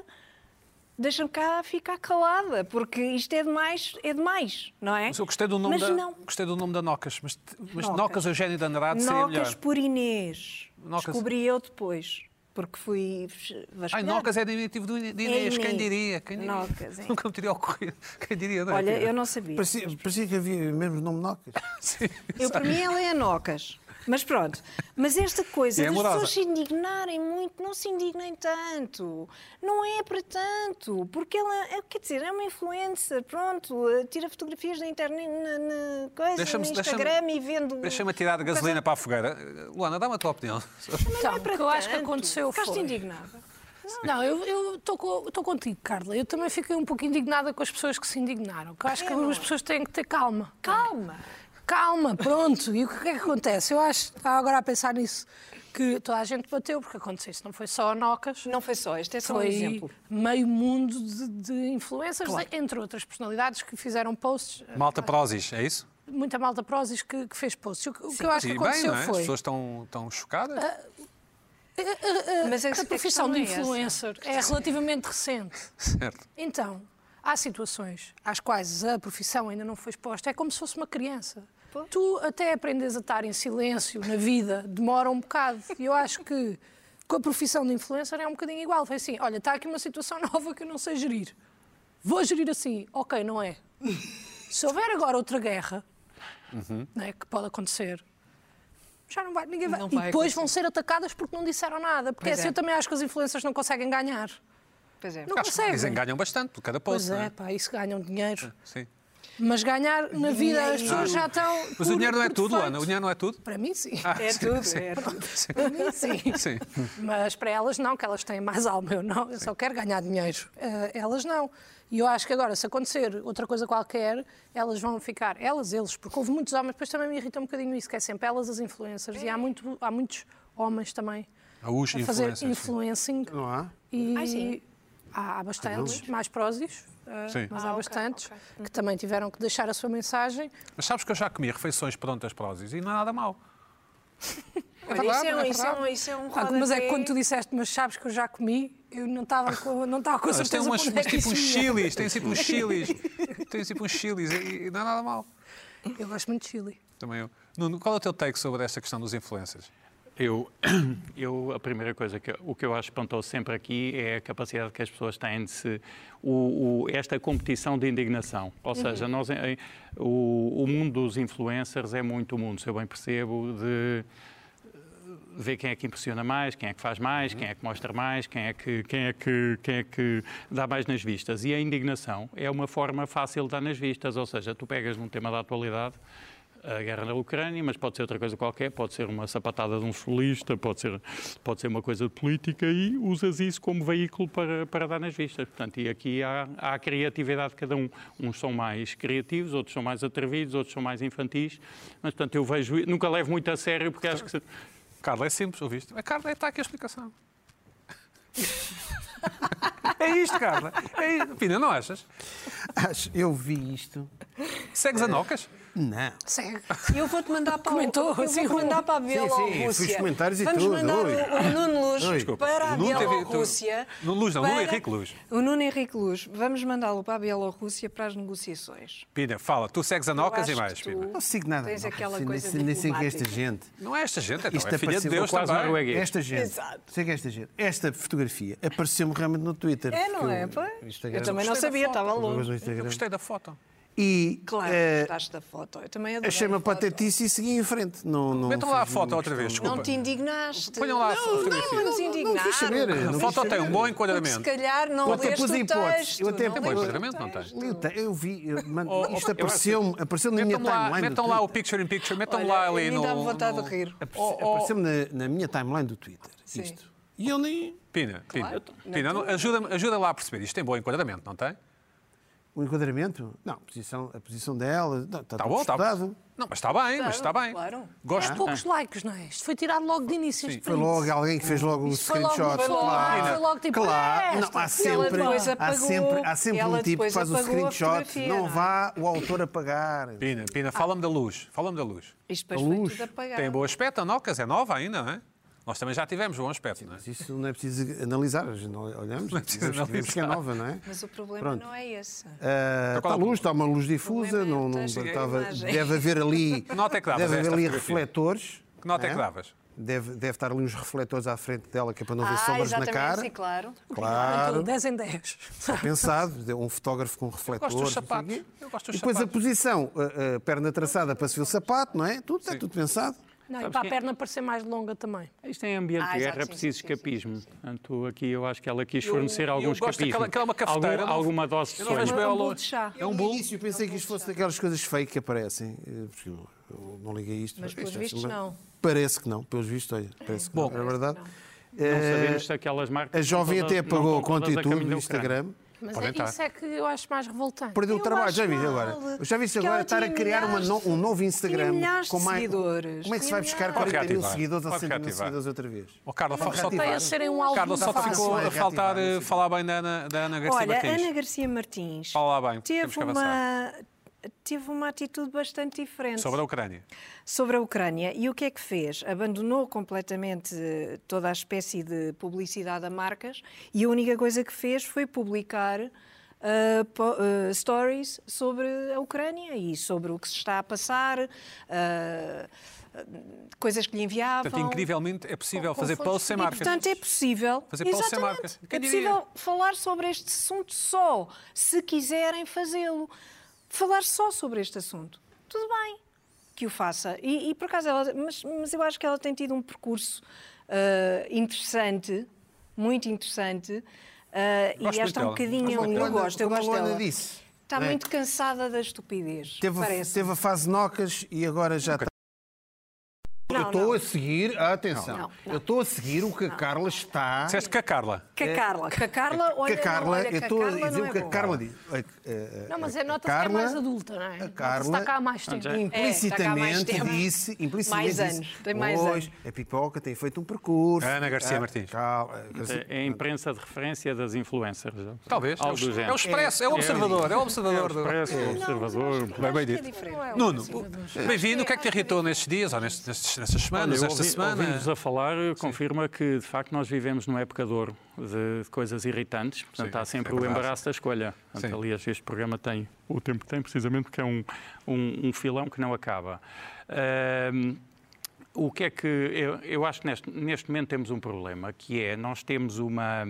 S3: deixa-me cá ficar calada, porque isto é demais, é demais, não é?
S1: Mas eu gostei do nome,
S3: Mas
S1: da,
S3: não.
S1: Gostei do nome da Nocas. Mas, mas Nocas.
S3: Nocas.
S1: Eugénio de Andrade seria melhor.
S3: Nocas por Inês.
S1: Nocas.
S3: Descobri eu depois, porque fui
S1: Ai,
S3: vasculhar.
S1: Nocas é diminutivo do- de Inês. Quem
S3: Inês.
S1: diria? Quem diria?
S3: Nocas, é.
S1: Nunca me teria ocorrido. Quem diria? Não é?
S3: Olha, eu não sabia.
S2: Parecia, parecia que havia mesmo nome Nocas.
S1: Sim.
S3: Eu, para mim, ela é a Nocas. Mas pronto. Mas esta coisa
S1: E é
S3: das
S1: amorosa.
S3: pessoas se indignarem muito, não se indignem tanto. Não é para tanto. Porque ela, é, quer dizer, é uma influencer, pronto, eh, tira fotografias na internet, na, na coisa,
S1: Deixa-me-
S3: no
S1: deixa-me-
S3: Instagram e vendo. um
S1: Deixa-me tirar de gasolina para a fogueira. Eh, Luana, dá-me a tua opinião.
S3: Mas não é
S5: Então,
S3: para
S5: o que eu acho que
S3: tanto.
S5: aconteceu
S3: Ficaste
S5: foi-
S3: indignada. Não
S5: Não, eu- eu estou co- estou contigo, Carla. Eu também fiquei um pouco indignada com as pessoas que se indignaram. Que eu acho que as pessoas têm que ter calma.
S3: Calma.
S5: Calma, pronto. E o que é que acontece? Eu acho, estava agora a pensar nisso, que toda a gente bateu, porque aconteceu isso. Não foi só a Nocas.
S3: Não foi só, este é só um
S5: foi
S3: exemplo.
S5: meio mundo de, de influencers,
S3: Claro.
S5: entre outras personalidades que fizeram posts.
S1: Malta Prozis, é isso?
S5: Muita malta prósis que, que fez posts. O, que- o que eu acho que
S1: E bem,
S5: aconteceu
S1: não é? As
S5: foi...
S1: pessoas estão, estão chocadas.
S3: Ah, Mas é a,
S5: A profissão de
S3: influência
S5: influencer é relativamente recente.
S1: Certo.
S5: Então, há situações às quais a profissão ainda não foi exposta. É como se fosse uma criança. Tu até aprendes a estar em silêncio na vida, demora um bocado. E eu acho que com a profissão de influencer é um bocadinho igual. Foi assim, olha, está aqui uma situação nova que eu não sei gerir. Vou gerir assim. Ok, não é. Se houver agora outra guerra,
S1: Uhum.
S5: né, que pode acontecer, já não vai, ninguém vai.
S3: Não
S5: e
S3: vai
S5: depois
S3: acontecer.
S5: vão ser atacadas porque não disseram nada. Porque
S3: Pois é.
S5: assim eu também acho que as influências não conseguem ganhar.
S3: Pois é.
S5: Não
S1: Acho que
S5: conseguem.
S1: dizem que ganham bastante por cada
S5: Pois
S1: post. não
S5: é,
S1: é?
S5: pá, isso ganham dinheiro.
S1: Sim.
S5: Mas ganhar na vida, as pessoas já estão.
S1: é Mas o
S5: por-
S1: dinheiro não é
S5: por
S1: tudo,
S5: defeito.
S1: Ana. O dinheiro não é tudo.
S5: Para mim, sim.
S1: Ah,
S3: É
S1: sim,
S3: tudo,
S1: sim.
S3: é tudo.
S5: Para mim, sim.
S1: Sim.
S5: Mas para elas, não, que elas têm mais alma. Eu, não, eu só quero ganhar dinheiro. Eh, elas não. E eu acho que agora, se acontecer outra coisa qualquer, elas vão ficar. Elas, eles, porque houve muitos homens, depois também me irrita um bocadinho isso, que é sempre elas as influencers. E há, muito, há muitos homens também
S1: Ah, os
S5: a fazer
S1: influencers, sim.
S5: influencing.
S2: Não há?
S5: E
S3: Ah, sim.
S5: há, há bastantes, mais prósis, eh,
S1: Sim.
S5: mas
S3: Ah,
S5: há
S3: ok,
S5: bastantes,
S3: ok.
S5: que também tiveram que deixar a sua mensagem.
S1: Mas sabes que eu já comi refeições prontas Prozis e não é nada mau.
S3: Olha,
S1: verdade,
S3: isso, é um,
S1: é
S3: isso, é um, isso é um
S5: Ah, mas é que
S3: rodapé.
S5: quando tu disseste, mas sabes que eu já comi, eu não estava com, não estava com
S1: Eles têm
S5: certeza
S1: umas,
S5: para onde é
S1: umas
S5: que
S1: tipo uns
S5: isso ia.
S1: chilis, têm tipo uns chilis, têm tipo uns chilis e, e não é nada mal.
S5: Eu gosto muito de chili.
S1: Também eu. Nuno, qual é o teu take sobre esta questão dos influencers?
S4: Eu, eu, a primeira coisa que o que eu acho espantoso sempre aqui é a capacidade que as pessoas têm de se. O, o- esta competição de indignação. Ou seja, nós, em- em- o, o mundo dos influencers é muito o mundo, se eu bem percebo, de ver quem é que impressiona mais, quem é que faz mais, quem é que mostra mais, quem é que, quem é que, quem é que dá mais nas vistas. E a indignação é uma forma fácil de dar nas vistas, ou seja, tu pegas num tema da atualidade, a guerra na Ucrânia, mas pode ser outra coisa qualquer, pode ser uma sapatada de um solista, pode ser, pode ser uma coisa de política e usas isso como veículo para, para dar nas vistas. Portanto, e aqui há, há a criatividade de cada um. Uns são mais criativos, outros são mais atrevidos, outros são mais infantis, mas portanto eu vejo, nunca levo muito a sério porque acho que se-
S1: Carla, é simples, ouviste? A Carla está aqui a explicação. é isto, Carla. É isto. Pina, não achas?
S2: Acho- Eu vi isto.
S1: Segues a Nocas?
S2: Não.
S5: Segue.
S3: Eu vou-te mandar para
S5: Comentou,
S3: eu
S5: assim,
S3: vou-te mandar para a Bielorrússia.
S2: fui os comentários e
S3: Vamos
S2: tudo,
S3: mandar
S2: oi.
S3: o, o Nuno Luz
S2: Desculpa.
S3: para a
S1: O Nuno teve-
S3: Bielorrússia.
S1: tu- Nuno Luz não, Nuno
S3: para-
S1: Henrique Luz.
S3: O Nuno Henrique Luz. Vamos mandá-lo para a Bielorrússia para as negociações.
S1: Pina, fala, tu segues a Nocas
S3: acho
S1: e mais,
S3: que
S1: Pina.
S3: tu-
S2: Não sigo nada.
S3: Tens
S2: não.
S3: aquela
S2: Nem-
S3: coisa
S2: nem, sei que é esta
S3: diplomática.
S2: gente.
S1: Não é esta gente, então,
S2: Isto
S1: é filha de
S2: apareceu-
S1: Deus
S4: quase
S1: também.
S4: norueguês.
S2: Esta gente.
S3: Exato.
S2: Sei que é esta gente. Esta fotografia apareceu-me realmente no Twitter.
S3: É, não
S2: porque
S3: é?
S2: o
S3: Pois.
S2: Instagram-
S3: Eu também não
S1: Gostei da
S3: sabia,
S1: foto.
S3: estava
S2: Mas
S3: longe.
S2: no
S1: Eu
S2: Instagram.
S1: gostei da foto.
S2: E
S3: Claro,
S2: eh,
S3: gostaste da foto. Eu também adorei.
S2: achei
S3: a
S2: uma
S3: foto.
S2: patetice e segui em frente. Não, não
S1: Metam lá a
S2: fiz
S1: foto
S2: uma
S1: outra vez,
S2: questão.
S1: desculpa.
S3: Não te indignaste.
S1: Ponham lá a
S3: Não, não,
S1: fotografia.
S3: nos
S2: Não, não quis saber.
S3: indignaram.
S1: A
S2: não
S1: foto
S2: quis
S1: tem um
S2: saber.
S1: bom
S3: Porque se
S1: enquadramento.
S3: calhar não
S2: Eu até
S3: leste
S2: pus a
S3: o
S2: hipótese.
S3: texto.
S2: Eu até
S1: Tem
S3: não
S1: bom
S2: pus-
S3: leste o
S1: enquadramento, não tens?
S3: texto.
S2: Eu, te- eu vi, eu- mano,
S1: Oh, oh,
S2: isto
S1: eu
S2: apareceu-me apareceu na minha
S1: Metam lá,
S2: timeline. do
S1: metam lá o
S2: Twitter.
S1: picture in picture, metam
S3: Olha,
S1: lá
S3: a
S1: ali
S3: mim
S1: no.
S3: dá-me vontade
S1: no-
S3: de rir.
S1: Oh, oh,
S2: Apareceu-me na, na minha timeline do Twitter.
S3: Sim.
S2: Isto. E eu nem.
S1: Pina, Pina,
S3: Claro,
S1: Pina não- ajuda-me ajuda lá a perceber. Isto tem bom enquadramento, não tem?
S2: O enquadramento? Não, a posição, a posição dela. Não, está
S1: Está
S2: tudo
S1: Tá bom, está
S2: estudado.
S1: Não, mas está bem, mas está
S3: Claro,
S1: bem.
S3: Ah, claro.
S1: Gosto. né? Ah.
S5: Mas poucos likes, não é? Isto foi tirado logo de início. este
S2: Foi
S5: print.
S2: logo alguém que fez logo um
S5: Isto foi logo-
S2: screenshot.
S5: foi logo-
S2: claro,
S5: foi logo tipo,
S2: claro.
S5: "Ah,
S2: Não,
S5: esta
S2: há
S5: foi
S3: ela
S2: sempre,
S3: "É, depois
S2: há
S3: apagou,
S2: sempre, há sempre
S3: ela
S2: um tipo que
S3: depois
S2: faz o
S3: apagou a
S2: screenshot.
S3: fotografia, não
S2: Não
S3: é?
S2: vá o autor apagar.
S1: Pina, Pina, fala-me da luz. Fala-me da luz.
S3: Isto depois
S2: A
S3: foi
S2: luz.
S3: tudo apagado.
S1: Tem bom aspecto, a Nocas é nova ainda, não é? Nós também já tivemos bom aspecto, não é?
S2: Mas isso não é preciso analisar. a gente não- Olhamos,
S1: Não é preciso
S2: vemos- vemos que é
S1: analisar.
S2: nova, não é?
S3: Mas o problema
S2: Pronto.
S3: não é esse.
S1: qual
S2: Ah, Está
S1: é o
S2: luz, está uma luz difusa.
S3: problema é o
S2: Não, não,
S3: texto e a
S2: tava-
S3: imagem.
S2: deve haver ali,
S1: Que nota é que davas
S2: deve
S1: a
S2: haver
S1: esta
S2: ali
S1: fotografia?
S2: refletores.
S1: Que nota é que
S2: não
S1: davas?
S2: Deve, deve estar ali uns refletores à frente dela, que é para não ver
S3: ah,
S2: sombras na
S3: exatamente,
S2: cara.
S3: sim, claro.
S5: Então,
S2: Claro,
S5: 10 em 10.
S2: pensado, de- um fotógrafo com refletor.
S1: gosto dos
S2: não sei o
S1: sapatos.
S2: quê.
S1: Eu gosto dos
S2: E depois a
S1: sapatos.
S2: posição, a, a perna traçada para se ver o sapato, não é? Tudo, está tudo pensado.
S5: Não, e
S4: Sabes
S5: para a
S1: é?
S4: quem-
S5: perna parecer mais longa também.
S4: Isto é ambiente
S3: Ah,
S4: de
S3: exato,
S4: guerra, é
S3: sim,
S4: preciso
S3: sim, sim,
S4: escapismo. Portanto, aqui eu acho que ela quis
S1: Eu-
S4: fornecer
S1: eu
S4: algum
S1: gosto
S4: escapismo.
S1: daquela- aquela uma
S4: Algum-
S1: cafeteira, não-
S4: alguma dose de
S1: Eu não vejo
S4: sonho.
S1: bem
S3: É
S1: ao
S3: um bolo
S1: longe.
S3: de chá.
S1: É um
S2: No
S1: bolo.
S2: início eu pensei que isto fosse daquelas coisas fake que aparecem, eh, porque eu, eu não liguei isto.
S3: Mas,
S2: isto
S3: pelos
S2: é
S3: vistos,
S2: uma-
S3: não.
S2: Parece que não, pelos vistos, olha, parece que
S1: Bom.
S2: não, é verdade.
S4: Não sabemos se aquelas marcas.
S2: A jovem
S4: estão
S2: até
S4: todas- não
S2: apagou a
S4: estão
S2: conta
S4: todas
S2: e
S4: a
S2: tudo
S4: caminho
S2: no
S4: da Ucrânia.
S2: Instagram.
S5: Mas
S1: Podem
S5: é,
S1: estar.
S5: isso é que eu acho mais revoltante.
S2: Perdeu o
S3: Eu
S2: trabalho,
S3: acho
S2: já viste
S3: mal.
S2: agora. Já viste
S3: Porque
S2: agora
S3: ela
S2: estar a
S3: tinha
S2: criar uma
S3: milhares
S2: no- um novo Instagram.
S3: milhares de
S2: com mais-
S3: seguidores.
S2: Como é que se vai buscar
S3: Tinha milhares.
S2: 40 mil
S1: Pode
S2: seguidores ou
S1: reativar.
S2: 100 mil
S1: Pode
S2: seguidores outra vez?
S1: Oh, Carla, fa- só,
S5: Para eles serem um álbum
S1: Carla, só te
S5: fácil.
S1: ficou a
S2: Fácil.
S1: faltar eh,
S2: Reativar, sim.
S1: falar bem da Ana, da Ana Garcia
S3: Olha,
S1: Martins.
S3: Ana Garcia Martins
S1: Fala lá bem, temos
S3: teve,
S1: que avançar.
S3: uma, teve uma atitude bastante diferente
S1: Sobre a Ucrânia.
S3: sobre a Ucrânia. E o que é que fez? Abandonou completamente eh, toda a espécie de publicidade a marcas e a única coisa que fez foi publicar eh, po- eh, stories sobre a Ucrânia e sobre o que se está a passar, eh, eh, coisas que lhe enviavam.
S1: Portanto, incrivelmente, é possível
S5: Com- com
S1: fazer
S5: fontes
S1: posts sem
S3: E,
S1: marcas.
S3: portanto, é possível.
S1: Fazer pausa sem
S3: Exatamente.
S1: marcas.
S3: É
S1: Quem diria?
S3: possível falar sobre este assunto só, se quiserem fazê-lo. Falar só sobre este assunto. Tudo bem que o faça. E, e, por acaso, ela, mas, mas eu acho que ela tem tido um percurso ah, interessante, muito interessante. ah,
S1: Gosto
S3: e esta é um
S1: muito dela.
S3: bocadinho.
S2: Como a
S3: eu
S2: Luana-
S3: gosto, eu
S2: como a
S3: gosto
S2: Luana
S3: dela.
S2: disse,
S3: Está
S2: não é?
S3: muito cansada da estupidez.
S2: Teve, um a-
S3: parece.
S2: teve a fase nocas e agora já está. eu
S3: Não,
S2: estou
S3: não.
S2: a seguir, ah, atenção,
S3: Não, não.
S2: eu estou a seguir o que a Carla está.
S1: Disseste que a Carla.
S3: Que a Carla, que a Carla, olha,
S2: que é, a Carla,
S3: não, olha,
S2: eu
S3: que a
S2: estou a
S3: Carla
S2: dizer
S3: não é
S2: o que a
S3: boa.
S2: Carla diz. A- a- a-
S5: Não, mas é
S2: a
S5: nota que é
S2: Carla-
S5: mais adulta, não é? Nota-se
S2: Carla-
S5: Está cá há mais tempo.
S4: já-
S5: Sim.
S2: implicitamente
S3: tempo.
S2: disse, implicitamente
S3: É, tá Mais
S2: disse,
S3: anos, tem mais
S2: "Pois, A pipoca tem feito um percurso.
S1: Ana Garcia
S2: Ah,
S1: Martins.
S2: Calma, a Garcia-
S4: É a imprensa de referência das influencers.
S1: Talvez. É
S4: Algo do
S1: o, é o
S4: género.
S1: Expresso, é o Observador. É o Observador. do-
S4: Parece um observador.
S1: Bem,
S3: é
S1: bem dito.
S4: É
S1: Nuno, bem-vindo. O que é que te irritou nestes dias, ou nestes- nestes- nestas semanas,
S4: Olha,
S1: esta
S4: ouvi-
S1: semana?
S4: Ouvindo-vos a falar, confirma que, de facto, nós vivemos numa época de ouro de coisas irritantes. Portanto,
S1: Sim,
S4: há sempre
S1: é
S4: o
S1: verdade.
S4: embaraço da escolha.
S1: Sim.
S4: Portanto, aliás, este programa tem o tempo que tem, precisamente porque é um, um, um filão que não acaba. Ahm, o que é que. Eu, eu acho que neste, neste momento temos um problema, que é nós temos uma.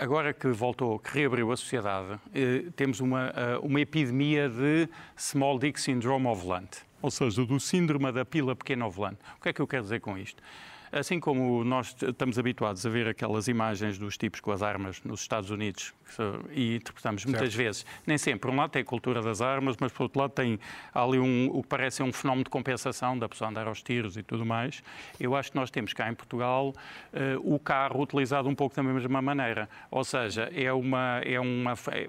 S4: Agora que voltou, que reabriu a sociedade, eh, temos uma, ah, uma epidemia de Small Dick Syndrome Ovelante, ou seja, do síndrome da pila pequena ovelante. O que é que eu quero dizer com isto? Assim como nós t- estamos habituados a ver aquelas imagens dos tipos com as armas nos Estados Unidos que são- e interpretamos muitas vezes, nem sempre. Por um lado tem a cultura das armas, mas por outro lado tem há ali um, o que parece um fenómeno de compensação da pessoa andar aos tiros e tudo mais. Eu acho que nós temos cá em Portugal eh, o carro utilizado um pouco da mesma maneira. Ou seja, é uma. É uma é-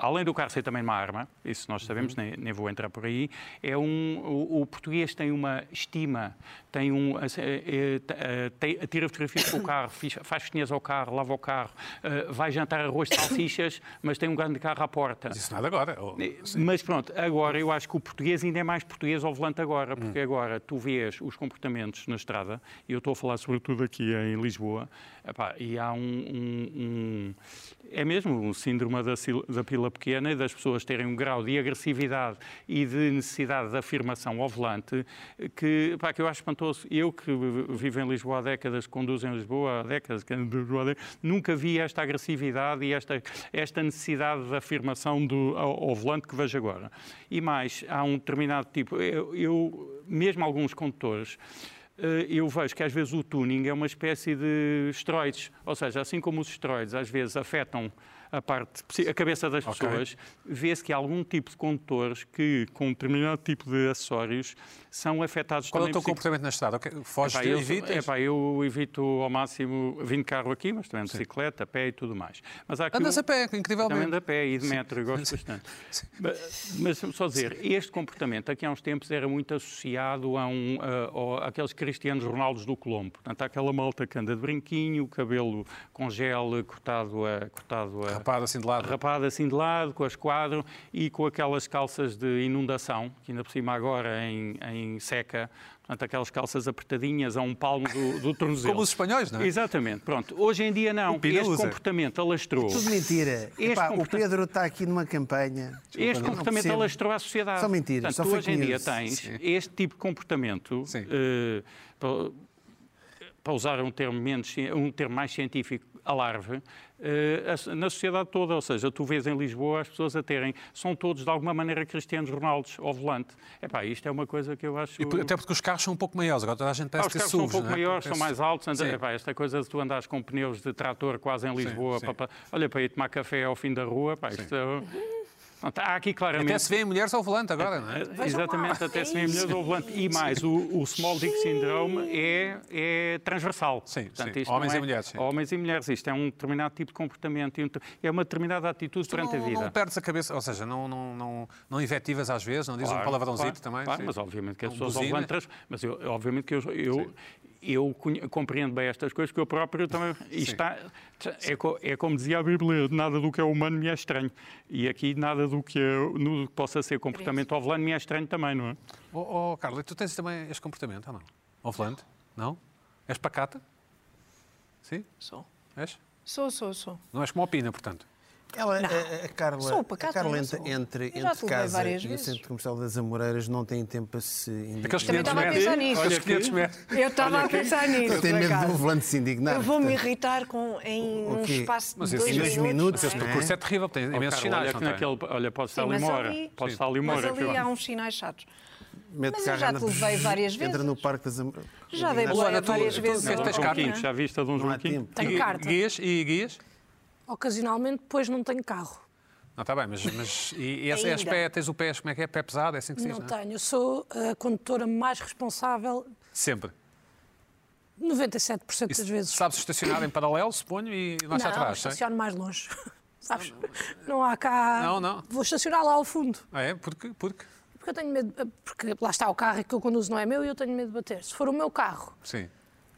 S4: Além do carro ser também uma arma, isso nós sabemos, nem, nem vou entrar por aí, é um, o, o português tem uma estima, tem um, eh, eh, t- eh, tem- tira fotografias com o carro, fiz- faz festinhas ao carro, lava o carro, eh, vai jantar arroz de salsichas, mas tem um grande carro à porta.
S1: Isso nada agora. Oh,
S4: Mas pronto, agora eu acho que o português ainda é mais português ao volante agora, porque agora tu vês os comportamentos na estrada, e eu estou a falar sobretudo aqui em Lisboa, epá, e há um, um- um- É mesmo um síndrome da, sil- da pila pequena e das pessoas terem um grau de agressividade e de necessidade de afirmação ao volante que, epá, que eu acho espantoso. Eu que vivo em Lisboa há décadas, que conduzo em Lisboa há décadas, que ando em Lisboa há décadas, nunca vi esta agressividade e esta, esta necessidade de afirmação do, ao, ao volante que vejo agora. E mais, há um determinado tipo, eu, eu- mesmo alguns condutores, eh, eu vejo que às vezes o tuning é uma espécie de esteroides, ou seja, assim como os esteroides às vezes afetam a parte, psi- a cabeça das pessoas, vê-se que há algum tipo de condutores que, com um determinado tipo de acessórios, são afetados
S1: Qual é o
S4: também
S1: teu
S4: psico-
S1: comportamento na estrada? O que- Foges,
S4: Epá, eu,
S1: evitas?
S4: epá, eu evito ao máximo vim de carro aqui, mas também de bicicleta, a pé e tudo mais. Mas há aqui
S1: Andas
S4: um-
S1: a pé,
S4: Também ando
S1: incrivelmente.
S4: a pé e de metro, eu gosto bastante. Mas, mas só dizer, este comportamento aqui há uns tempos era muito associado a um, a, a, aqueles cristianos Ronaldos do Colombo. Portanto, há aquela malta que anda de brinquinho, cabelo com gel, cortado a... Cortado a
S1: Rapado assim de lado.
S4: rapado assim de lado, com as quadro e com aquelas calças de inundação, que ainda por cima agora em, em seca, portanto, aquelas calças apertadinhas a um palmo do, do tornozelo.
S1: Como os espanhóis, não é?
S4: Exatamente, pronto. Hoje em dia não,
S1: Pina
S4: este
S1: usa.
S4: comportamento alastrou.
S2: Tudo mentira.
S4: Este
S2: Epá, o
S4: comporta-
S2: Pedro está aqui numa campanha.
S4: Este
S2: não
S4: comportamento
S2: percebo.
S4: alastrou à sociedade.
S2: Só mentiras,
S4: Portanto,
S2: só
S4: tu hoje
S2: fake
S4: em dia
S2: news.
S4: tens
S1: Sim.
S4: este tipo de comportamento,
S1: Sim.
S4: eh, para, para usar um termo, menos, ci- um termo mais científico, alarve, eh, a- na sociedade toda. Ou seja, tu vês em Lisboa as pessoas a terem, são todos de alguma maneira cristianos Ronaldos ao volante. Epá, isto é uma coisa que eu acho.
S1: E por- até porque os carros são um pouco maiores. Agora toda a gente
S4: Ah,
S1: parece
S4: os
S1: que
S4: carros
S1: SUVs,
S4: são um pouco
S1: não é?
S4: maiores, são
S1: Parece-
S4: mais altos. anda-
S1: Sim.
S4: Epá, esta coisa de tu andares com pneus de trator quase em Lisboa,
S1: sim.
S4: pá, pá, olha para ir tomar café ao fim da rua, pá, isto é- Pronto, há aqui claramente.
S1: Até se vêem mulheres ao volante agora, não é?
S4: Eh, Exatamente, até se vêem mulheres ao volante. E mais, o, o Small Dick Syndrome é, é transversal.
S1: Sim,
S4: Portanto,
S1: sim.
S4: isto não
S1: Homens e
S4: é-
S1: mulheres, sim.
S4: Homens e mulheres. Isto é um determinado tipo de comportamento, e um- é uma determinada atitude durante a
S1: não,
S4: vida.
S1: não perdes a cabeça, ou seja, não, não, não, não invectivas às vezes, não dizes um
S4: Claro,
S1: palavrãozito
S4: claro,
S1: também.
S4: claro,
S1: sim.
S4: mas obviamente que as
S1: Não
S4: pessoas ao
S1: buzina.
S4: volante trans- Mas eu, obviamente que eu, eu, eu conhe- compreendo bem estas coisas, que eu próprio também. e está, é, co- é como dizia a Bíblia: nada do que é humano me é estranho. E aqui nada do que, é, no que possa ser comportamento ao volante me é estranho também, não é?
S1: Oh, oh, Carla, tu tens também este comportamento ou não? Ao volante? Não? És pacata? Sim?
S3: Sou.
S1: És?
S3: Sou, sou, sou.
S1: Não és como opina, portanto.
S2: Ela, a, a Carla,
S3: Sou pacata,
S2: a Carla
S3: não
S2: entre,
S3: sou.
S2: entre,
S3: Eu já te
S2: entre
S3: levei
S2: casa
S3: várias
S2: e o
S3: vezes.
S2: Centro Comercial das Amoreiras não tem tempo para se...
S1: Aqueles
S3: Também
S1: 500
S3: estava a
S1: metros.
S3: pensar nisso.
S1: Aqueles 500 metros.
S3: Eu estava a pensar nisso.
S2: Eu tenho
S3: por
S2: medo
S3: acaso.
S2: do volante se indignar.
S3: Eu vou me
S2: portanto.
S3: irritar com, em
S2: O- o
S3: um
S2: quê?
S3: espaço de
S1: Mas
S3: dois,
S1: esse-
S2: dois
S3: minutos.
S2: minutos,
S1: Mas esse
S3: não é?
S1: percurso é terrível, tem imensos
S4: Carla,
S1: sinais.
S4: olha, que
S1: não tem?
S4: naquele, olha, pode estar
S3: Sim,
S4: ali uma
S3: mas
S4: hora.
S3: ali-
S4: Pode estar ali uma
S3: Mas
S4: hora.
S3: ali há um uns sinais chatos.
S2: Mete
S3: Mas eu já
S2: carrana,
S3: te levei várias
S2: Entra
S3: vezes.
S2: no Parque das Amoreiras.
S3: Já dei
S2: Indignação.
S3: boleia várias
S1: tu-
S3: vezes.
S1: tu- tu-
S3: ao
S1: tens carta?
S4: Dom
S3: Joaquim.
S4: Quinto, então, já viste a Dom
S2: Não há
S4: Joaquim?
S2: tempo.
S5: Tenho
S1: E-
S5: carta.
S1: Guias e guias?
S5: Ocasionalmente, depois não tenho carro.
S1: Não, está bem, mas, mas e, e és, és
S3: Ainda.
S1: pé, tens o pé, como é que é? Pé pesado, é assim que se diz,
S5: não
S1: não é?
S5: tenho. Eu sou a condutora mais responsável
S1: Sempre.
S5: 97%
S1: E
S5: das vezes.
S1: Sabes estacionar em paralelo, suponho, e mais
S5: não,
S1: atrás, é? sim?
S5: estaciono mais longe. Sabes? Não há cá.
S1: Não, não.
S5: Vou estacionar lá ao fundo.
S1: Ah, é? Porque, porque?
S5: Porque eu tenho medo. Porque lá está o carro que eu conduzo não é meu e eu tenho medo de bater. Se for o meu carro,
S1: Sim.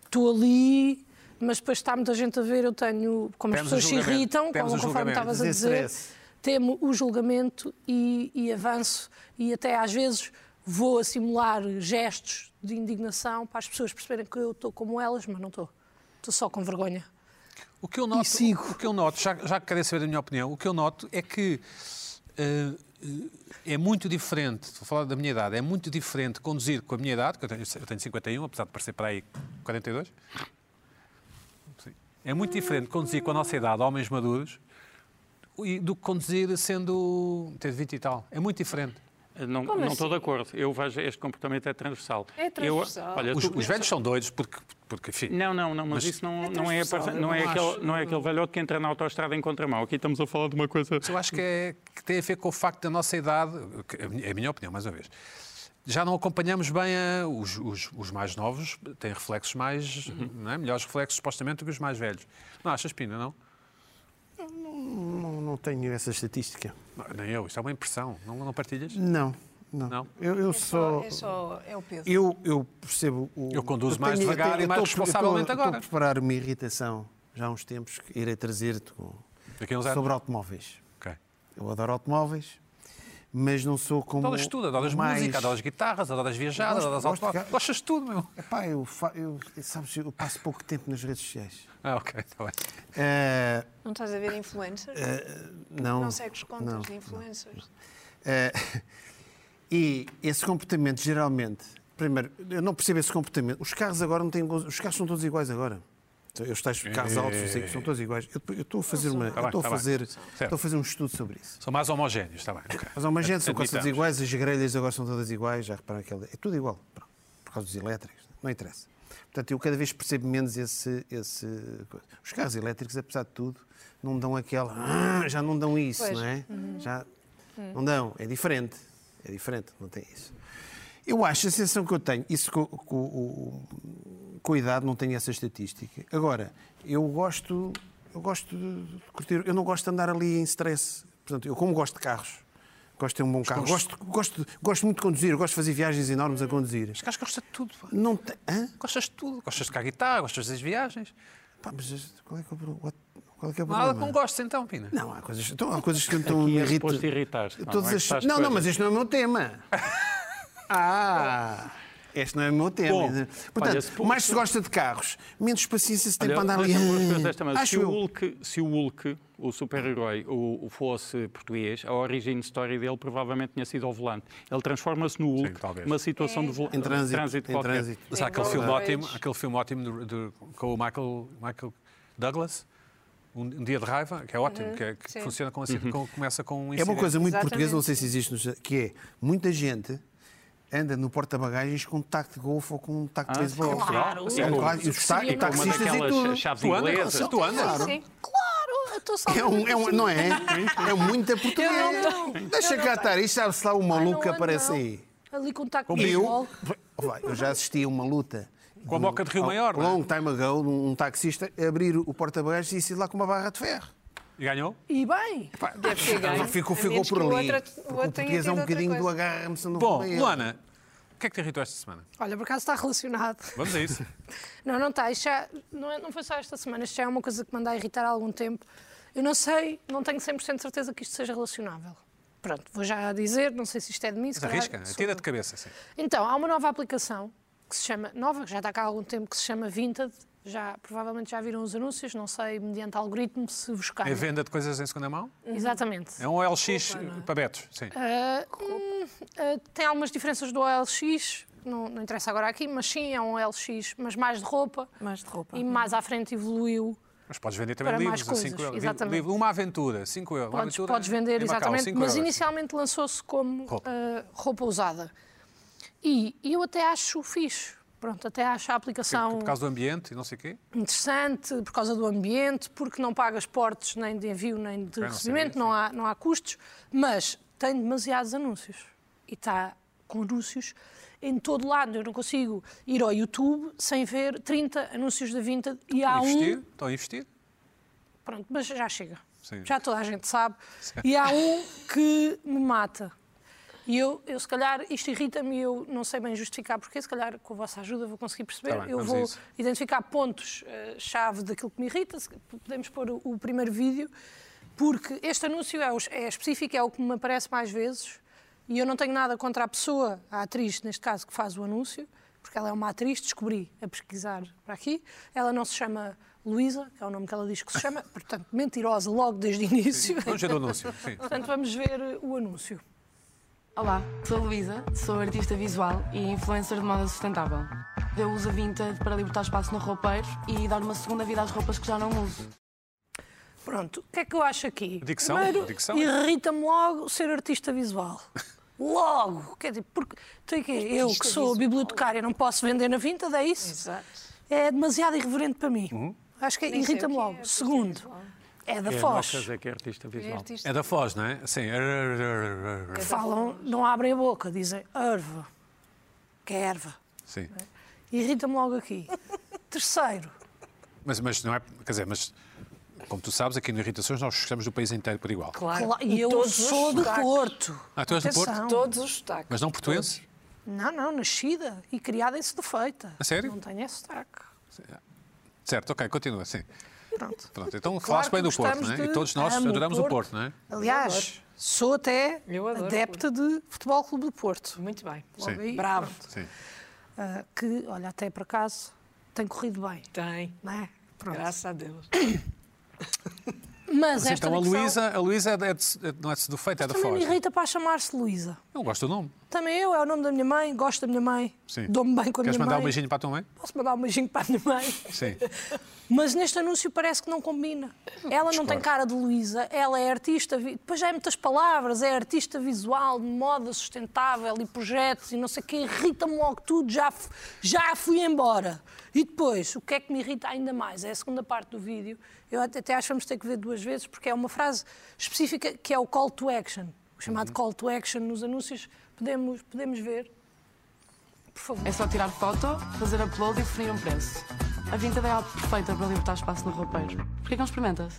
S5: estou ali, mas depois está muita gente a ver, eu tenho. Como
S1: Temos o
S5: as pessoas se
S1: julgamento,
S5: irritam,
S1: temos
S5: como,
S1: o
S5: conforme
S1: julgamento.
S5: estavas a
S2: Esse
S5: dizer,
S2: stress.
S5: temo o julgamento e, e avanço e até às vezes vou a simular gestos de indignação para as pessoas perceberem que eu estou como elas, mas não estou. Estou só com vergonha.
S1: O que eu noto,
S5: sigo.
S1: O que eu noto já, já que querem saber da minha opinião, o que eu noto é que eh, eh, é muito diferente, estou a falar da minha idade, é muito diferente conduzir com a minha idade, que eu tenho, eu tenho 51, apesar de parecer para aí 42. Sim. É muito diferente conduzir com a nossa idade, homens maduros, e- do que conduzir sendo. ter 20 e tal. É muito diferente.
S4: Não, não estou de acordo. Eu vejo este comportamento é transversal.
S3: É
S4: Eu-
S3: transversal.
S4: olha,
S1: Os,
S4: tu
S1: os
S4: conheces-
S1: velhos são doidos porque, porque enfim.
S4: Não, não, não, mas, isso não é, não é, a
S1: transversal,
S4: perso-
S1: eu
S4: não é
S1: não
S4: aquele,
S1: acho.
S4: não é aquele velhote que entra na autoestrada em contramão. Aqui estamos a falar de uma coisa.
S1: Mas eu acho que, é, que tem a ver com o facto da nossa idade, que é a minha- é a minha opinião, mais uma vez. Já não acompanhamos bem a- os, os- os mais novos, têm reflexos mais, não é? melhores reflexos supostamente do que os mais velhos. Não achas, Pina, não?
S2: Não, não tenho essa estatística.
S1: Não, Nem eu, isto é uma impressão, não, não partilhas?
S2: Não, não.
S1: Não?
S2: Eu, eu só...
S3: É só, é o peso.
S2: Eu, eu percebo. O,
S1: Eu conduzo mais devagar e
S2: eu
S1: mais
S2: estou- eu estou-
S1: responsavelmente
S2: Estou
S1: agora.
S2: a preparar uma irritação já há uns tempos que irei trazer-te com-
S1: Daqui a uns anos.
S2: sobre automóveis.
S1: Ok.
S2: Eu adoro automóveis, mas não sou como.
S1: Adoras tudo, adoras
S2: mais...
S1: então música, adoras guitarras, adoras viajar,
S2: Gosto-
S1: adoras
S2: gosto de
S1: automóvel.
S2: ca-
S1: Gostas de tudo, meu.
S2: Epá, eu, fa- eu, sabes, eu passo pouco tempo nas redes sociais.
S1: Ah, ok, está bem.
S2: Eh,
S3: Não estás a ver influencers?
S2: não,
S3: Não segues contas
S2: É, um- não.
S3: de influencers?
S2: Eh, e esse comportamento, geralmente, primeiro, eu não percebo esse comportamento. Os carros agora não têm. gozo- Os carros são todos iguais agora. Então, Os tais carros altos, os são todos iguais. Eu eu estou a fazer uma. eu
S1: bem,
S2: estou a
S1: tá bem.
S2: fazer,
S1: Certo.
S2: estou a fazer um estudo sobre isso.
S1: São mais homogéneos, está bem. ok.
S2: Mas há uma gente, são coisas todas
S1: Admitamos.
S2: iguais, as grelhas agora são todas iguais, já repararam aquela. É tudo igual, pronto, por causa dos elétricos, não interessa. Portanto, eu cada vez percebo menos esse. esse coisa. Os carros elétricos, apesar de tudo, não dão aquela. "Ah", Já não dão isso,
S3: Pois.
S2: não é? Já não dão, é diferente. É diferente, não tem isso. Eu acho, a sensação que eu tenho, isso com, com, o- com a idade não tenho essa estatística. Agora, eu gosto, eu gosto de de curtir, eu não gosto de andar ali em stress. Portanto, eu como gosto de carros, gosto de ter um bom carro, gosto, gosto, gosto muito de conduzir, gosto de fazer viagens enormes a conduzir.
S1: Os caras gostam de tudo. pá.
S2: Não te, hã?
S1: Gostas de tudo. Gostas de tocar guitarra, gostas das viagens.
S2: Pá, mas qual é que é o problema? What- Qual é que é o
S1: Nada que
S2: problema?
S1: não gostes então, Pina.
S2: Não, há coisas, então, há coisas que me estão
S4: Aqui
S2: me
S4: é suposto
S2: irritam.
S4: irritar.
S2: Todas as-
S4: é que estás
S2: Não, não,
S4: coisas.
S2: mas este não é o meu tema. Ah, este não é o meu tema.
S4: Bom,
S2: Portanto,
S4: olha, se por-
S2: mais se gosta de carros, menos paciência se tem
S4: Olha,
S2: para andar ali.
S4: deixa-me duas coisas desta maneira. Se
S2: Acho
S4: o
S2: eu.
S4: Hulk, se o, Hulk, o super-herói, o, o fosse português, a origem de história dele provavelmente tinha sido ao volante. Ele transforma-se no Hulk,
S1: talvez.
S4: numa situação de vol-
S2: Em trânsito, em
S4: qualquer.
S2: trânsito.
S1: Mas há aquele
S3: Igual
S1: filme
S3: a
S1: ótimo,
S3: dois.
S1: aquele filme ótimo do- do- com o Michael, Michael Douglas, um, um dia de raiva, que é ótimo,
S5: Uhum,
S1: que, é- que
S3: sim.
S1: funciona com, assim, com- começa com um
S2: É uma
S1: incidente.
S2: coisa muito
S3: Exatamente.
S2: portuguesa, não sei se existe, nos- que é muita gente anda no porta-bagagens com um taco de golfe ou com um taco de
S4: Ah,
S2: beisebol.
S4: claro.
S2: Claro, e os ta-
S5: Seria uma
S4: Ah, Uma
S2: taxistas e
S4: daquelas
S2: tudo.
S4: chaves
S1: Tu andas,
S4: inglesas.
S1: tu andas.
S3: Sim.
S5: Claro, estou só.
S2: É um, é um- não é? É muito português.
S5: Eu não tenho.
S2: Deixa
S5: Eu não
S2: cá
S5: tenho.
S2: estar. Isto sabe-se lá o
S5: Ai,
S2: maluco que
S5: não ando,
S2: aparece
S5: não.
S2: aí.
S5: Ali com o taco de
S2: Eu,
S5: beisebol.
S2: Vai, eu já assisti a uma luta.
S1: Com a
S2: do-
S1: Boca de Rio
S2: há um
S1: Maior, não é?
S2: Long time ago, um, um taxista abrir o porta-bagagens e ir lá com uma barra de ferro.
S1: E ganhou?
S5: E bem,
S2: Pá,
S3: Deve ter ganho.
S2: Ficou,
S3: A
S2: ficou
S3: menos
S2: por
S3: que o
S2: ali.
S3: outro- o
S2: Porque
S3: outro
S2: o
S3: tenha
S2: português é
S3: tido
S2: um
S3: outra
S2: bocadinho do
S3: coisa.
S2: agarra-me se não
S1: Bom,
S2: vai ele.
S1: Luana, o que é que te irritou esta semana?
S5: olha, por acaso está relacionado.
S1: Vamos a isso.
S5: Não, não está. Isto já, não, é- não foi só esta semana. Isto já é uma coisa que me anda a irritar há algum tempo. Eu não sei, não tenho 100% de certeza que isto seja relacionável. Pronto, vou já dizer, não sei se isto é de mim.
S1: Mas
S5: se calhar
S1: arrisca,
S5: sou
S1: tira
S5: eu.
S1: de cabeça. Assim.
S5: Então, há uma nova aplicação que se chama, nova, que já está cá há algum tempo, que se chama Vinted. Já, provavelmente já viram os anúncios, não sei, mediante algoritmo, se vos
S1: É
S5: calha.
S1: venda de coisas em segunda mão?
S5: Exatamente.
S1: É um LX para Betos, sim.
S5: Ah, hum, ah, tem algumas diferenças do OLX, não, não interessa agora aqui, mas sim, é um OLX, mas mais de roupa.
S3: Mais de roupa.
S5: E mais à frente evoluiu.
S1: Mas podes vender também
S5: Para mais
S1: livros a 5
S5: coisas,
S1: euros.
S5: exatamente.
S1: Livro- Uma aventura, 5 euros. uma
S5: Podes,
S1: aventura
S5: podes vender,
S1: em Macau,
S5: exatamente.
S1: 5
S5: mas
S1: euros.
S5: inicialmente lançou-se como
S1: Roupa.
S5: ah, roupa usada. E e eu até acho fixe. Pronto, até acho a aplicação
S1: Por causa do ambiente e não sei o quê.
S5: interessante por causa do ambiente, porque não pagas portes nem de envio nem de
S1: não
S5: recebimento,
S1: sabia,
S5: não há, não há custos, mas tem demasiados anúncios. E está com anúncios em todo lado. Eu não consigo ir ao YouTube sem ver 30 anúncios da Vinted e há
S1: Então, investir?
S5: um.
S1: Estão a investir?
S5: Pronto, mas já chega.
S1: Sim.
S5: Já toda a gente sabe. E há um que me mata. E eu, eu se calhar, isto irrita-me e eu não sei bem justificar porque, se calhar, com a vossa ajuda vou conseguir perceber.
S1: Tá bem,
S5: eu
S1: vamos a
S5: vou
S1: isso.
S5: identificar pontos-chave daquilo que me irrita. Se- Podemos pôr o, o primeiro vídeo, porque este anúncio é, o- é específico, é o que me aparece mais vezes. E eu não tenho nada contra a pessoa, a atriz, neste caso, que faz o anúncio, porque ela é uma atriz, descobri a pesquisar para aqui. Ela não se chama Luísa, que é o nome que ela diz que se chama, portanto, mentirosa logo desde o início.
S1: Vamos ver o anúncio. Sim.
S5: Portanto, vamos ver o anúncio.
S6: Olá, sou a Luísa, sou artista visual e influencer de moda sustentável. Eu uso a Vinted para libertar espaço no roupeiro e dar uma segunda vida às roupas que já não uso.
S5: Pronto, o que é que eu acho aqui?
S1: Dicção,
S5: Primeiro,
S1: dicção.
S5: irrita-me logo ser artista visual. Logo! Quer dizer, porque tem que é? eu que sou bibliotecária não posso vender na Vinted, é isso?
S3: Exato.
S5: É demasiado irreverente para mim. Acho que
S3: sei
S5: irrita-me
S3: o que é
S5: logo.
S3: artista
S5: Segundo, é da
S4: É,
S5: Foz.
S4: Nocas é que é artista visual.
S1: É da Foz, não é? Sim.
S5: que falam, não abrem a boca, dizem erva. Que é erva.
S1: Sim.
S5: Irrita-me logo aqui. Terceiro,
S1: Mas, mas não é. Quer dizer, mas. Como tu sabes, aqui no Irritações nós gostamos do país inteiro por igual.
S3: Claro.
S5: cla- e eu
S3: todos os
S5: sou do
S3: sotaques.
S5: Porto.
S1: Ah, tu és do Porto?
S5: Atenção.
S3: Todos os sotaques.
S1: Mas não portuense?
S5: Não, não, nascida e criada em Sedefeita.
S1: A sério?
S5: Não tenho esse sotaque.
S1: Certo, ok, continua, sim.
S5: Pronto.
S1: Pronto, então falaste bem do Porto,
S5: gostamos
S1: não é? E
S5: de-
S1: todos nós
S5: Amo o
S1: adoramos o
S5: Porto.
S1: Porto, não é?
S5: Aliás, sou até
S3: Eu adoro
S5: adepta de Futebol Clube do Porto.
S3: Muito bem.
S1: Sim.
S5: Logo aí,
S3: Bravo.
S5: pronto.
S1: Sim.
S5: Ah, que, olha, até por acaso tem corrido bem,
S3: Tem.
S5: não é? Pronto.
S3: Graças a Deus.
S5: Mas esta
S1: Então a
S5: dicção
S1: Luísa, a Luísa é de- é de- é de- não é de do feito, é da
S5: também
S1: Foz.
S5: me irrita para chamar-se Luísa.
S1: Eu gosto do nome.
S5: Também eu, é o nome da minha mãe, gosto da minha mãe,
S1: Sim.
S5: dou-me bem com a
S1: Queres
S5: minha
S1: mandar
S5: mãe.
S1: um beijinho para a tua mãe?
S5: Posso mandar um beijinho para a minha mãe?
S1: Sim.
S5: Mas neste anúncio parece que não combina. Ela não tem cara de Luísa, ela é artista, vi- depois já é muitas palavras, é artista visual, de moda sustentável e projetos e não sei o quê, irrita-me logo tudo, já, f- já fui embora. E depois, o que é que me irrita ainda mais? É a segunda parte do vídeo. Eu até até acho que vamos ter que ver duas vezes, porque é uma frase específica que é o call to action. O chamado
S2: Uhum.
S5: call to action nos anúncios. Podemos, podemos ver? Por favor.
S6: É só tirar foto, fazer upload e definir um preço. A Vinted é a app perfeita para libertar espaço no roupeiro. Por que não experimentas?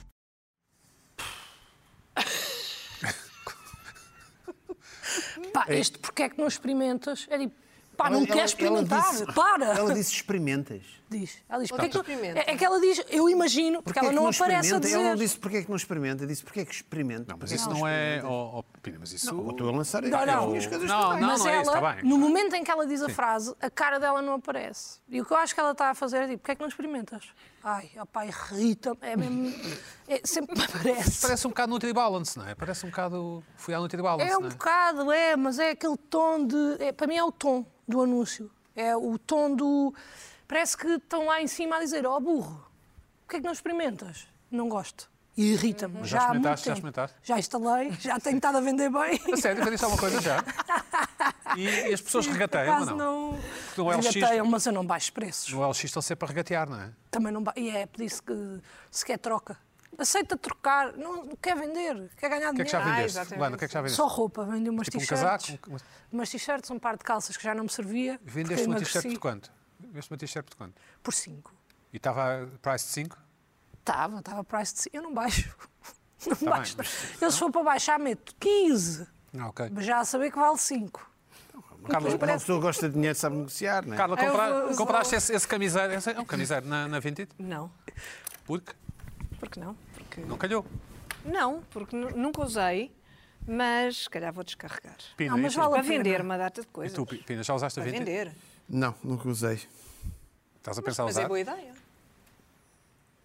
S5: Pá, este porque é que não experimentas? É tipo, pá, não
S2: Ela- ela-
S5: queres experimentar,
S2: ela disse-
S5: para!
S2: Ela disse experimentas.
S5: diz. Ela diz, "Porquê
S6: Porquê que
S5: que
S6: não
S5: tu-"
S6: experimenta?
S5: é, é que ela diz, eu imagino,
S2: Porquê
S5: porque
S2: é
S5: ela
S2: que
S5: não, aparece a
S2: experimenta?
S5: dizer.
S2: Ela não disse porque é que não experimenta, disse porque é que experimenta.
S1: Não, mas isso não é. ó, ó, Pina, mas isso.
S2: Eu estou a lançar
S5: Não,
S2: eu-
S5: não.
S2: as coisas
S1: Não,
S2: estão bem.
S5: mas
S1: é
S5: ela,
S1: isso, tá bem.
S5: no momento em que ela diz a frase, a cara dela não aparece. E o que eu acho que ela está a fazer é tipo, porquê é que não experimentas? Ai, opá, irrita-me. É mesmo. é- sempre me aparece.
S1: Parece um bocado Nutribalance, não é? Parece um bocado. Fui à Nutribalance,
S5: É um
S1: não é?
S5: bocado, é, mas é aquele tom de. é, para mim é o tom do anúncio. É o tom do. Parece que estão lá em cima a dizer, ó burro, porquê é que não experimentas? Não gosto. E irrita-me.
S1: já
S5: há
S1: experimentaste,
S5: muito
S1: já
S5: tempo.
S1: experimentaste?
S5: Já instalei, já tenho estado a vender bem.
S1: A sério, Tá já disse alguma coisa já? E, e as pessoas regateiam ou
S5: Quase
S1: não? é um
S5: não.
S1: no LX
S5: Regateiam, mas eu não baixo preços.
S1: No LX estão sempre a regatear, não é?
S5: Também não baixo. E é, por isso que se quer troca. aceita trocar, não quer vender, quer ganhar
S1: O que é
S5: dinheiro.
S1: que já
S3: Ah,
S1: vendeste?
S3: exatamente.
S1: Luana, o que é que já vendeste?
S5: Só roupa, vendi umas
S1: Tipo um
S5: t-shirts.
S1: casaco, um-
S5: Umas t-shirts, um par de calças que já não me servia. porque
S1: Vendeste uma t-shirt
S5: emagreci
S1: por quanto? Vendeste uma t-shirt por quanto?
S5: Por 5.
S1: E estava a price de 5?
S5: Estava, estava price de... Eu não baixo. Não
S1: bem,
S5: baixo.
S1: mas-
S5: Eu se for para baixar, meto 15,
S1: Ah, ok.
S5: mas já a saber que vale 5.
S1: Carlos,
S2: Uma pessoa que gosta de dinheiro sabe negociar, não é?
S1: Carla,
S3: Eu
S1: compra-
S3: vou-
S1: compraste
S3: vou-
S1: esse, esse camiseiro, esse- é um camiseiro na, na Vinted?
S3: Não,
S1: Porque
S3: porque não? Porque...
S1: não calhou.
S3: Não, porque nu- nunca usei, mas se calhar vou descarregar.
S1: Pina,
S5: Não, mas
S1: e tu?
S5: vale
S3: Para
S5: a pena.
S3: vender uma data de
S1: E
S3: coisas.
S1: tu, Pi- Pina, já usaste a
S3: Para
S1: Vinted?
S3: vender.
S2: Não, nunca usei.
S1: Estás a pensar
S3: Mas
S1: usar?
S3: é boa ideia.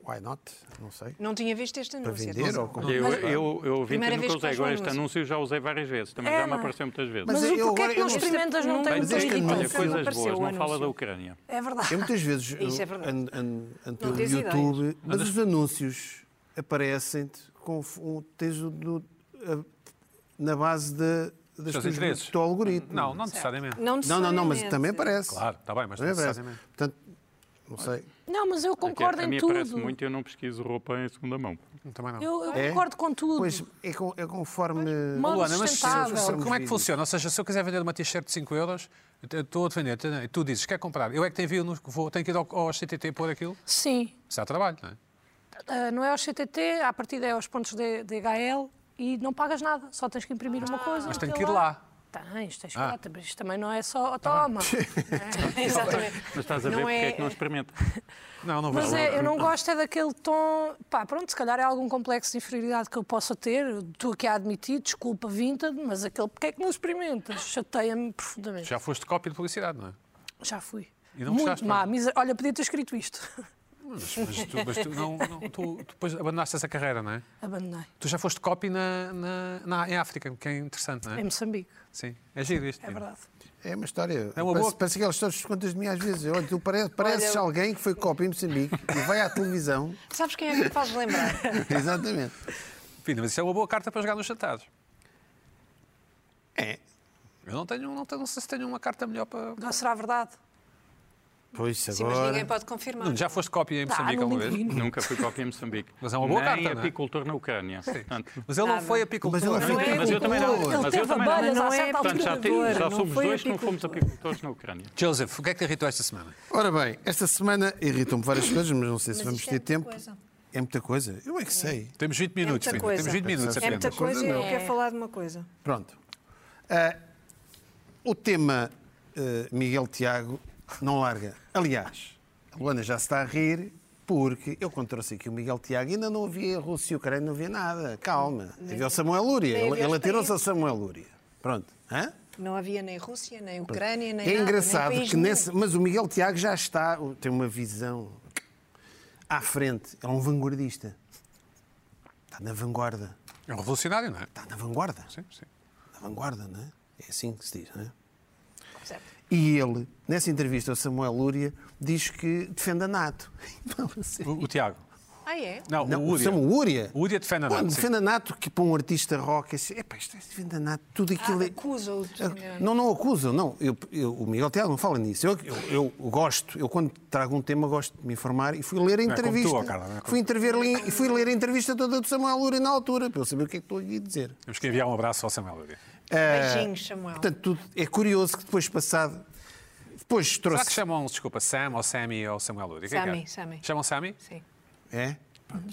S2: Why not? Não sei.
S3: Não tinha visto este
S2: Para
S3: anúncio.
S2: vender ou comprar?
S4: Eu, eu, eu ouvi
S3: Primeira
S4: que
S3: vez
S4: nunca
S3: que
S4: usei.
S3: faz um
S4: Agora este
S3: anúncio.
S4: anúncio já usei várias vezes. Também
S5: É,
S4: já me
S5: não é?
S4: apareceu muitas vezes.
S5: Mas, é
S2: Mas eu
S5: o porquê
S2: agora-
S5: é que não
S2: eu não-
S5: experimentas? Não
S3: Bem,
S5: tem
S4: Mas
S5: muita
S2: diz que não.
S4: olha,
S2: Nunca
S5: irritância.
S3: não
S4: coisas
S3: apareceu
S4: boas.
S3: o
S4: Não fala
S3: anúncio.
S4: da Ucrânia.
S5: É
S2: Eu
S5: verdade.
S2: muitas vezes
S3: Isso
S2: eu
S3: é verdade.
S2: ando, ando- ando
S3: Não
S2: pelo
S3: tens
S2: YouTube, mas os anúncios aparecem-te com f- um, tens o do- a- na base de, das
S1: Seus
S2: tuas-
S1: interesses.
S2: do teu algoritmo.
S1: Não, não necessariamente.
S3: Não,
S2: não, não, não, mas
S3: necessariamente.
S2: também aparece.
S1: Claro, está bem, mas não
S2: Também aparece.
S1: necessariamente.
S2: Portanto, não sei.
S5: Não, mas eu
S4: É que
S5: concordo
S4: a mim
S5: em
S4: aparece
S5: tudo.
S4: muito e eu não pesquiso roupa em segunda mão.
S1: Também não.
S5: Eu, eu
S2: É?
S5: concordo com tudo.
S2: Pois é, con- é conforme.
S5: Mas- Modo
S1: Luana, mas
S5: sustentável.
S1: se- como é que
S2: Somos
S1: funciona? Ou seja, se eu quiser vender uma t-shirt de 5 euros, eu estou a defender, e tu dizes, quer comprar, eu é que te envio, no- vou, tenho que ir ao, ao CTT pôr aquilo,
S5: Sim,
S1: isso há trabalho, não é?
S5: Ah, não é aos CTT, à partida é aos pontos de, DHL e não pagas nada, só tens que imprimir uma coisa.
S1: Mas
S5: meter
S1: tenho que ir lá.
S5: Tens, tens
S1: Ah.
S5: que ir lá, também- isto também não é só ó, toma.
S3: Exatamente.
S4: Mas estás a ver
S3: Não
S4: porque é...
S3: é-
S4: que não experimenta.
S1: Não, não vou.
S5: Mas é, eu não gosto é daquele tom. Pá, pronto, se calhar é algum complexo de inferioridade que eu possa ter, estou aqui a admitir, desculpa, vintage, mas aquele porque é que não experimentas? Chateia-me profundamente. Já,
S1: Já foste cópia de publicidade, não é?
S5: fui.
S1: E não
S5: Muito
S1: gostaste,
S5: má.
S1: não?
S5: miser- Olha, podia ter escrito isto.
S1: Mas, mas tu, mas tu não, não- tu- tu depois abandonaste essa carreira, não é?
S5: Abandonei.
S1: Tu já foste copy na, na, na- em África, que é interessante, não é?
S5: Em Moçambique,
S1: Sim, é giro isto.
S5: é verdade.
S2: É uma história.
S1: É uma
S2: parece,
S1: boa-
S2: parece aquelas histórias que contas de mim às vezes. Eu, Olha, tu pare- pareces
S3: Olha-
S2: alguém que foi copa em Moçambique e vai à televisão.
S3: Sabes quem é que me faz lembrar?
S2: Exatamente.
S1: Pina, mas isso é uma boa carta para jogar nos jantares.
S2: É.
S1: Eu não tenho, não, tenho- não sei se tenho uma carta melhor para.
S5: Não será verdade?
S2: Pois
S3: Sim, mas ninguém
S2: agora.
S3: pode confirmar.
S1: Nuno, Já foste cópia em
S5: Dá,
S1: Moçambique
S5: Tá, no
S1: alguma vez?
S5: LinkedIn.
S4: Nunca fui cópia em Moçambique.
S1: Mas é uma boa
S4: Nem
S1: carta, não é?
S4: apicultor na Ucrânia. Portanto,
S1: Mas ele não
S3: Sabe.
S1: foi apicultor.
S2: Mas ele
S1: Não
S2: foi
S1: é?
S4: mas eu também não.
S2: apicultor.
S4: Mas
S5: Ele
S4: eu
S5: teve
S4: também não.
S5: abelhas
S3: não
S5: à
S3: é
S5: certa
S4: Portanto, já,
S5: altura
S4: te-
S5: do ano,
S3: não
S4: já somos
S3: foi
S4: dois que não fomos
S3: apicultor.
S4: apicultores na Ucrânia.
S1: Joseph, o que é que te irritou esta semana?
S2: Ora bem, esta semana irritam-me várias coisas, mas não sei se
S3: Mas
S2: vamos
S3: isto é
S2: ter tempo.
S3: muita coisa.
S2: É muita coisa. Eu é que sei.
S1: Temos 20 minutos,
S3: muita
S1: Pina.
S3: coisa.
S1: Temos 20 minutos
S3: É
S1: apenas.
S3: muita coisa e eu
S5: É.
S3: quero falar de uma coisa.
S2: Pronto. Ah, o tema ah, Miguel Tiago não larga. Aliás, a Luana já se está a rir porque eu quando trouxe aqui o Miguel Tiago ainda não havia Rússia e Ucrânia, não havia nada. Calma. Havia o Samuel Lúria.
S3: Nem
S2: Ele,
S3: havia
S2: ele
S3: os
S2: atirou-se ao
S3: países.
S2: Samuel Lúria. Pronto. Hã?
S3: Não havia nem Rússia, nem
S2: É
S3: Ucrânia, nem nada, nem
S2: engraçado
S3: país
S2: que
S3: nenhum.
S2: nesse. Mas o Miguel Tiago já está. tem uma visão à frente. É um vanguardista. Está na vanguarda.
S1: É um revolucionário, não é?
S2: Está na vanguarda.
S1: Sim, sim.
S2: Na vanguarda, não é? É assim que se diz, não é?
S3: Certo.
S2: E ele, nessa entrevista ao Samuel Lúria, diz que defende a NATO. Não, assim.
S1: O, o Tiago.
S3: Ah, é?
S1: Não,
S2: Não,
S1: o Úria.
S2: Samuel Lúria.
S1: O Úria defende a
S2: Quando
S1: NATO. sim.
S2: defende a NATO, que para um artista rock, é assim, epá, isto é defende a NATO, tudo
S3: Ah,
S2: aquilo é...
S3: Acusa-o de
S2: Ah, Não, não acusam, não. Eu, eu- o Miguel Tiago não fala nisso. Eu, eu- eu gosto, eu quando trago um tema gosto de me informar e fui ler
S1: Não
S2: a
S1: é como
S2: entrevista.
S1: tu, ó, Carla, não é como
S2: fui, intervir, ali- fui ler a entrevista toda do Samuel Lúria na altura, para eu saber o que é que estou aqui a dizer.
S1: Temos que enviar um abraço ao Samuel Úria.
S3: Beijinhos, um Samuel.
S2: Portanto, tudo- é curioso que depois passado... Depois
S1: Será
S2: trouxe...
S1: que chamam, desculpa, Sam ou Sammy ou Samuel Lúria? Quem é que é?
S3: Sammy, Sammy.
S1: Chamam Sammy?
S3: Sim.
S2: É?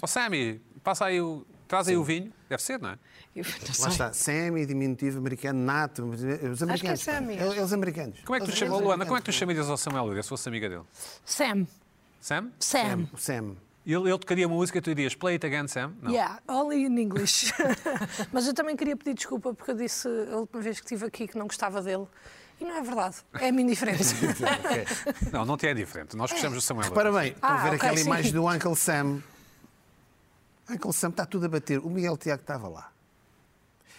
S1: Ó Sammy, passa aí o... Traz aí o vinho. Deve ser, não é?
S3: Eu não
S2: Lá
S3: sei.
S2: está, semi, diminutivo, americano, nato, os americanos.
S3: semi.
S2: É, é os americanos.
S1: Como é que tu
S2: Os
S1: chamas, Luana,
S2: americanos.
S1: como é que tu chamarias ao Samuel Lúria, se fosse amiga dele?
S5: Sam,
S1: Sam?
S5: Sam.
S2: O Sam.
S1: Ele, ele tocaria uma música e tu dirias Play It Again, Sam? Não.
S5: Yeah, only in English. Mas eu também queria pedir desculpa porque eu disse a última vez que estive aqui que não gostava dele. E não é verdade. É a minha indiferença.
S1: Não, não te é diferente. Nós gostamos do Samuel Lúria.
S2: Repara bem, estão a
S5: Ah,
S2: ver
S5: ok,
S2: aquela
S5: sim.
S2: imagem do Uncle Sam. Uncle Sam está tudo a bater. O Miguel Tiago estava lá.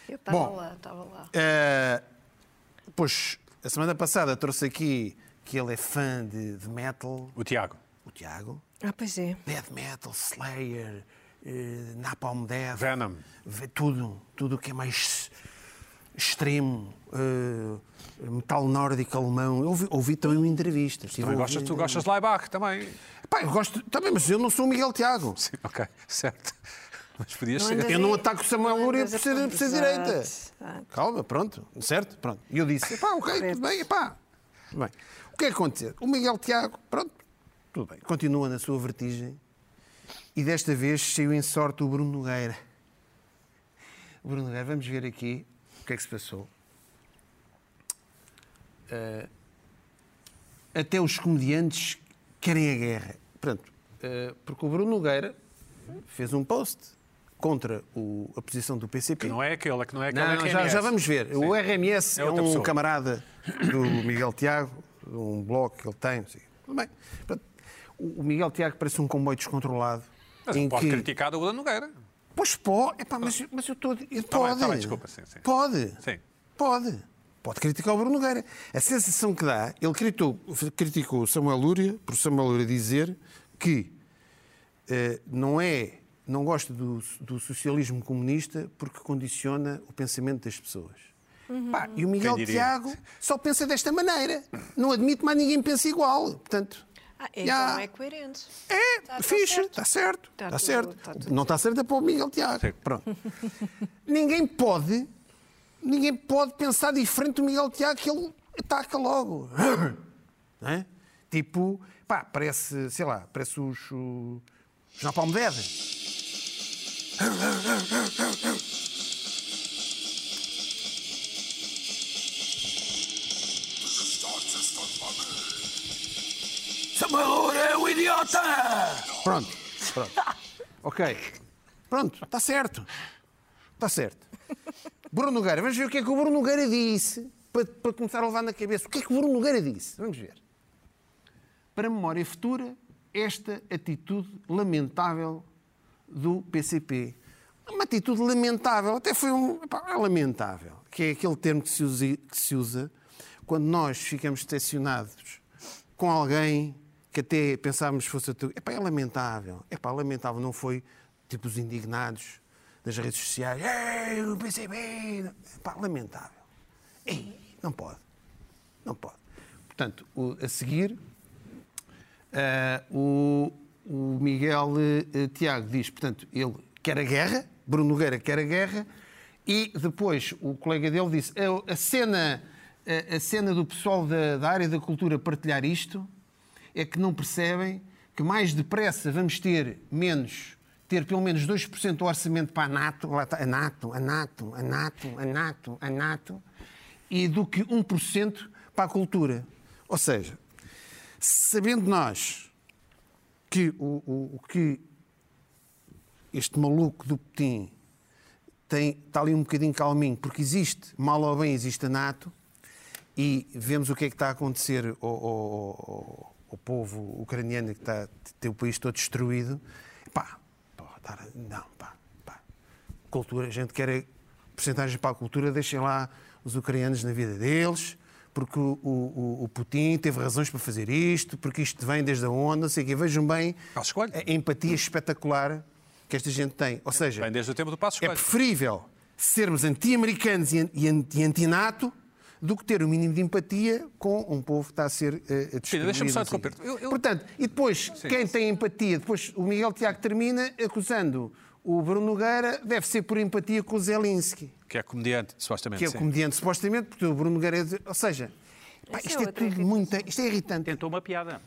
S3: Eu estava
S2: Bom.
S3: lá, estava lá.
S2: Eh, pois, a semana passada trouxe aqui que ele é fã de, de metal,
S1: O Tiago.
S2: o Tiago.
S3: Ah, pois é.
S2: Death metal, Slayer, eh, Napalm Death.
S1: Venom.
S2: Vê tudo, tudo o que é mais extremo, eh, metal nórdico alemão. Eu ouvi, ouvi também uma entrevista. Tive
S1: Também
S2: a
S1: gostas,
S2: ouvir-
S1: tu gostas de Laibach também.
S2: Pá, eu gosto também, mas eu não sou o Miguel Tiago.
S1: Sim, ok, certo. Mas podias
S3: Não
S1: ser.
S3: andas-
S2: Eu não ataco Samuel Lúria
S3: Mas
S2: por
S3: é
S2: ser, por ser
S3: exato,
S2: direita.
S3: exato.
S2: Calma, pronto, certo? Pronto. E eu disse, pá, ok,
S3: Certo.
S2: tudo bem, pá. Tudo bem. O que é que aconteceu? O Miguel Tiago, pronto, tudo bem. Continua na sua vertigem e desta vez saiu em sorte o Bruno Nogueira. O Bruno Nogueira, vamos ver aqui o que é que se passou. Ah, até os comediantes querem a guerra. Pronto, ah, porque o Bruno Nogueira fez um post contra o- a posição do PCP.
S1: Que não é aquele, que não é aquele.
S2: Não, não, já,
S1: RMS.
S2: já vamos ver. O RMS
S1: É
S2: é,
S1: outra
S2: um
S1: pessoa.
S2: camarada do Miguel Tiago, um bloco que ele tem. não sei. Tudo bem. Portanto, O o Miguel Tiago parece um comboio descontrolado.
S1: Mas
S2: em
S1: não pode
S2: que...
S1: criticar o Bruno Nogueira.
S2: Pois pode. Epá, mas, mas eu estou. a- Pode.
S1: tá bem, desculpa, sim, sim.
S2: Pode.
S1: Sim.
S2: Pode. Pode criticar o Bruno Nogueira. A sensação que dá, ele critou, criticou o Samuel Lúria, por Samuel Lúria dizer que eh, não é. Não gosta do, do socialismo comunista porque condiciona o pensamento das pessoas.
S3: Uhum.
S2: Pá, e o Miguel
S1: diria?
S2: Tiago só pensa desta maneira. Não admite mais ninguém pensa igual. Portanto,
S3: Ah, então
S2: já-
S3: é coerente.
S2: é,
S3: Tá- tá
S2: fixe,
S3: certo.
S2: está certo.
S3: Tá
S2: Está
S3: tudo-
S2: certo.
S3: tá tudo
S2: não está certo é para o Miguel Tiago. Pronto. ninguém pode, ninguém pode pensar diferente do Miguel Tiago que ele ataca logo. Não é? Tipo, pá, parece, sei lá, parece os. o- os na Palme Samuel é um idiota! Pronto, pronto. Ok. Pronto, está certo. Está certo. Bruno Nogueira, vamos ver o que é que o Bruno Nogueira disse para, para começar a levar na cabeça. O que é que o Bruno Nogueira disse? Vamos ver. Para a memória futura, esta atitude lamentável do PCP. Uma atitude lamentável, até foi um. epá, é lamentável, que é aquele termo que se, usa, que se usa quando nós ficamos decepcionados com alguém que até pensávamos fosse a tu. Epá, é lamentável, epá, lamentável, não foi tipo os indignados das redes sociais. Ei, o PCP! Epá, lamentável. Ei, não pode. Não pode. Portanto, o- a seguir, ah, o, o Miguel eh, eh, Tiago diz, portanto, ele quer a guerra, Bruno Nogueira quer a guerra, e depois o colega dele disse, "A- a cena, a, a cena do pessoal da, da área da cultura partilhar isto é que não percebem que mais depressa vamos ter menos ter pelo menos 2% do orçamento para a NATO, lá está, a NATO, a NATO, a NATO, a NATO, a NATO, e do que 1% para a cultura. Ou seja, sabendo nós que o, o- o que este maluco do Putin tem, está ali um bocadinho calminho, porque existe, mal ou bem, existe a NATO, e vemos o que é que está a acontecer ao, ao- ao- ao povo ucraniano que está, tem o país todo destruído. Pá, porra, tá- não, pá, pá. Cultura, a gente quer a porcentagem para a cultura, deixem lá os ucranianos na vida deles, porque o, o- o Putin teve razões para fazer isto, porque isto vem desde a onda, não sei o quê. Vejam bem
S1: Passo Coelho.
S2: a empatia espetacular que esta gente tem. Ou seja,
S1: Bem, desde o tempo do Passo
S2: é
S1: Escolho.
S2: preferível sermos anti-americanos e an- e an- e anti-NATO do que ter o mínimo de empatia com um povo que está a ser eh, destruído.
S1: deixa-me só
S2: não sei o quê.
S1: interromper-te. Eu- eu-
S2: Portanto, e depois, quem tem empatia, depois o Miguel Tiago termina acusando o Bruno Nogueira, deve ser por empatia com o Zelensky,
S1: Que é comediante,
S2: que
S1: supostamente.
S2: é
S1: sim.
S2: comediante supostamente, porque o Bruno Nogueira... é- Ou seja, pá,
S3: Essa é
S2: isto é
S3: outra
S2: tudo
S3: irritação.
S2: muito... Isto é irritante.
S4: Tentou uma piada.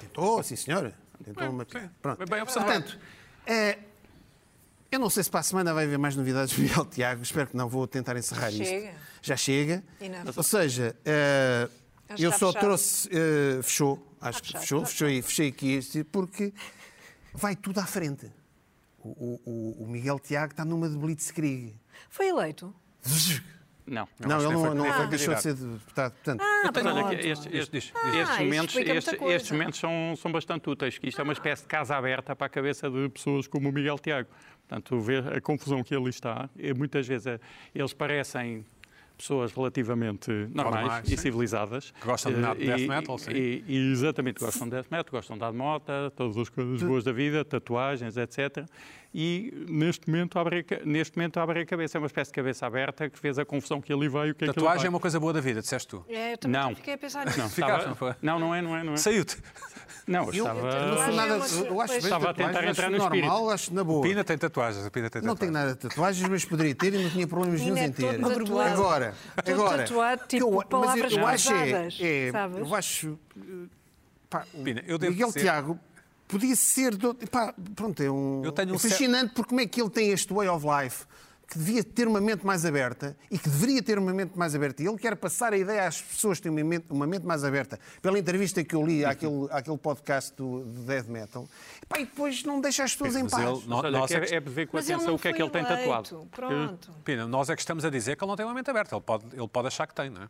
S2: Tentou, sim, senhora. Tentou uma piada. Pronto.
S1: Bem, bem observado.
S2: Portanto, eh, eu não sei se para a semana vai haver mais novidades do Miguel Tiago. Espero que não. Vou tentar encerrar
S3: Chega.
S2: isto. Já chega.
S3: E não.
S2: Ou seja, eh,
S3: Acho que
S2: eu
S3: está
S2: só
S3: fechado.
S2: trouxe... eh, fechou. Acho que
S3: fechado,
S2: fechou.
S3: está
S2: Fechou aí- Fechei aqui este porque vai tudo à frente. O, o- o- o Miguel Tiago está numa de blitzkrieg.
S3: Foi eleito.
S4: Não.
S1: acho que
S2: Não, ele
S1: nem
S2: não,
S1: foi-
S2: não
S1: nem foi
S2: deixou
S1: candidato.
S2: de ser deputado. Portanto,
S3: Ah,
S4: Mas olha,
S3: pronto.
S4: que este- este-
S1: Diz, diz.
S4: estes
S3: Ah, isso
S4: momentos,
S3: explica muita
S4: este-
S3: coisa.
S4: estes momentos são, são bastante úteis, que isto é uma espécie de casa aberta para a cabeça de pessoas como o Miguel Tiago. Portanto, ver a confusão que ele está, e muitas vezes eh, eles parecem pessoas relativamente normais
S1: Normais,
S4: e
S1: sim.
S4: civilizadas.
S1: Que gostam de
S4: Eh,
S1: nada de death
S4: e-
S1: metal, sim.
S4: E, e exatamente, gostam de death metal, gostam de dar mota, todas as coisas boas da vida, tatuagens, etc. E neste momento abre, a ca- neste momento abre a cabeça, é uma espécie de cabeça aberta que fez a confusão que ele veio. Que é que ele
S1: Tatuagem é
S4: vai.
S1: uma coisa boa da vida, disseste tu.
S3: É, eu também
S4: Não.
S3: fiquei a pensar nisso.
S4: Não,
S1: Ficaste,
S4: estava-
S1: não foi?
S4: não, não é, não é, não é.
S1: Saiu-te.
S4: Não, eu
S2: Eu não
S3: é
S4: estava...
S2: sou nada. Eu acho bem
S4: Estava a tentar
S2: tatuagens,
S4: entrar
S2: acho
S4: no
S2: normal,
S4: espírito.
S2: acho na boa.
S1: Pina tem tatuagens. a Pina tem
S2: Não
S1: tatuagens.
S2: tenho nada de tatuagens, mas poderia ter e não tinha problemas nenhum
S3: Ainda é
S2: em ter.
S3: todo tatuado.
S2: Agora,
S3: Todo
S2: agora.
S3: tatuado,
S2: o
S3: tipo,
S2: mas
S3: palavras
S2: eu acho é-
S3: cruzadas,
S2: é,
S3: sabes?
S2: Eu acho. eh, Pá, o
S1: Pina, eu devo
S2: Miguel
S1: dizer-
S2: Tiago podia ser. do- pá, pronto, é um.
S1: Eu tenho um
S2: é fascinante porque como é que ele tem este way of life que devia ter uma mente mais aberta e que deveria ter uma mente mais aberta. E ele quer passar a ideia às pessoas que têm uma mente, uma mente mais aberta. Pela entrevista que eu li àquele, àquele podcast do, do Death Metal, pá, e depois não deixa as pessoas em
S1: Mas
S2: paz.
S1: ele- no-
S4: Mas olha,
S1: nós é
S4: é,
S1: que-
S4: é ver com
S3: Mas ele
S4: atenção
S3: não
S4: o que é que
S3: foi
S4: ele tem
S3: eleito.
S4: tatuado.
S3: Pronto.
S1: Pina, nós é que estamos a dizer que ele não tem uma mente aberta. Ele pode, ele pode achar que tem, não é?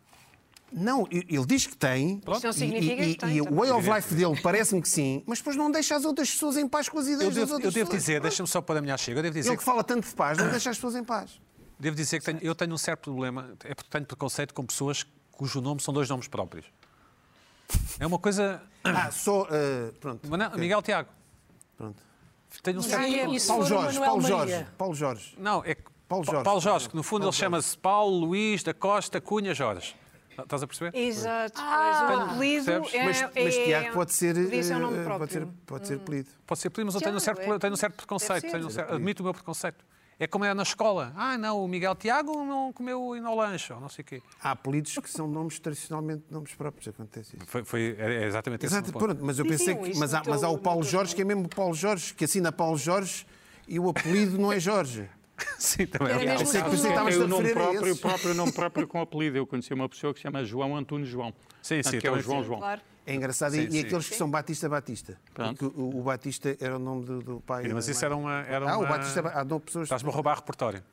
S2: Não, e- ele diz que tem.
S3: Isto não
S2: E-
S3: significa
S2: e,
S3: que tem,
S2: e o
S3: também.
S2: way of life dele parece-me que sim, mas depois não deixa as outras pessoas em paz com as ideias
S1: Eu
S2: das
S1: devo, eu
S2: outras
S1: devo
S2: pessoas.
S1: dizer, deixa-me só pôr a minha chega, eu devo dizer
S2: Ele
S1: que
S2: que fala tanto de paz, não deixa as pessoas em paz.
S1: Devo dizer que tenho- eu tenho um certo problema, é porque tenho preconceito com pessoas cujo nome são dois nomes próprios. É uma coisa.
S2: Ah, só. eh, pronto.
S1: Mas não,
S2: ok,
S1: Miguel Tiago.
S2: Pronto.
S1: Tenho um certo.
S5: é- isso
S2: Paulo
S5: for o
S2: Jorge,
S5: Manuel
S2: Paulo
S5: Maria.
S2: Jorge, Paulo Jorge.
S1: Não, é que-
S2: Paulo
S1: Pa-
S2: Jorge.
S1: Paulo Jorge, que no fundo
S2: Paulo
S1: ele chama-se Paulo Luís da Costa Cunha Jorge. Estás a perceber?
S3: Exato, pois o apelido
S1: percebes?
S3: é,
S2: Mas, mas
S3: é-
S2: Tiago pode ser.
S3: podia ser um nome
S2: eh,
S3: próprio. Hum.
S2: pode ser, pode ser apelido.
S1: Pode ser primo, mas eu tenho um
S3: Tiago,
S1: certo,
S3: é-
S1: problema- tenho um certo
S3: deve
S1: preconceito.
S3: ser.
S1: tenho um certo- admito o meu preconceito. É como é na escola. Ah, não, o Miguel Tiago não comeu inolanche, ou não sei o quê.
S2: Há apelidos que são nomes tradicionalmente nomes próprios, acontece isso.
S1: Foi, foi- é é exatamente esse o
S2: Exato,
S1: meu ponto.
S2: pronto, mas eu pensei
S3: Diziam
S2: que.
S3: isso
S2: Mas há,
S3: no
S2: mas há
S3: teu-
S2: o Paulo
S3: no teu
S2: Jorge, que é mesmo Paulo Jorge, que assina Paulo Jorge e o apelido não é Jorge.
S1: Sim, também é
S3: Era
S1: verdade.
S3: mesmo
S2: Pensei que pensei
S3: Mas não.
S2: que
S4: Tem
S2: estavas a
S4: o nome
S2: referir a
S4: próprio, o
S2: esses.
S4: próprio nome próprio com apelido. Eu conheci uma pessoa que se chama João Antunes João.
S1: Sim, então assim. sim,
S4: Que é o
S1: também
S4: João
S1: sim.
S4: João.
S3: Claro.
S2: É engraçado. e,
S1: Sim,
S2: e
S1: sim.
S2: aqueles que são Batista Batista.
S4: Pronto.
S2: Porque o, o Batista era o nome do, do pai.
S1: Mas
S2: da
S1: isso
S2: mãe.
S1: era uma. Era
S2: Ah, o
S1: uma-
S2: Batista. Há nove pessoas.
S1: Estás-me a roubar repertório.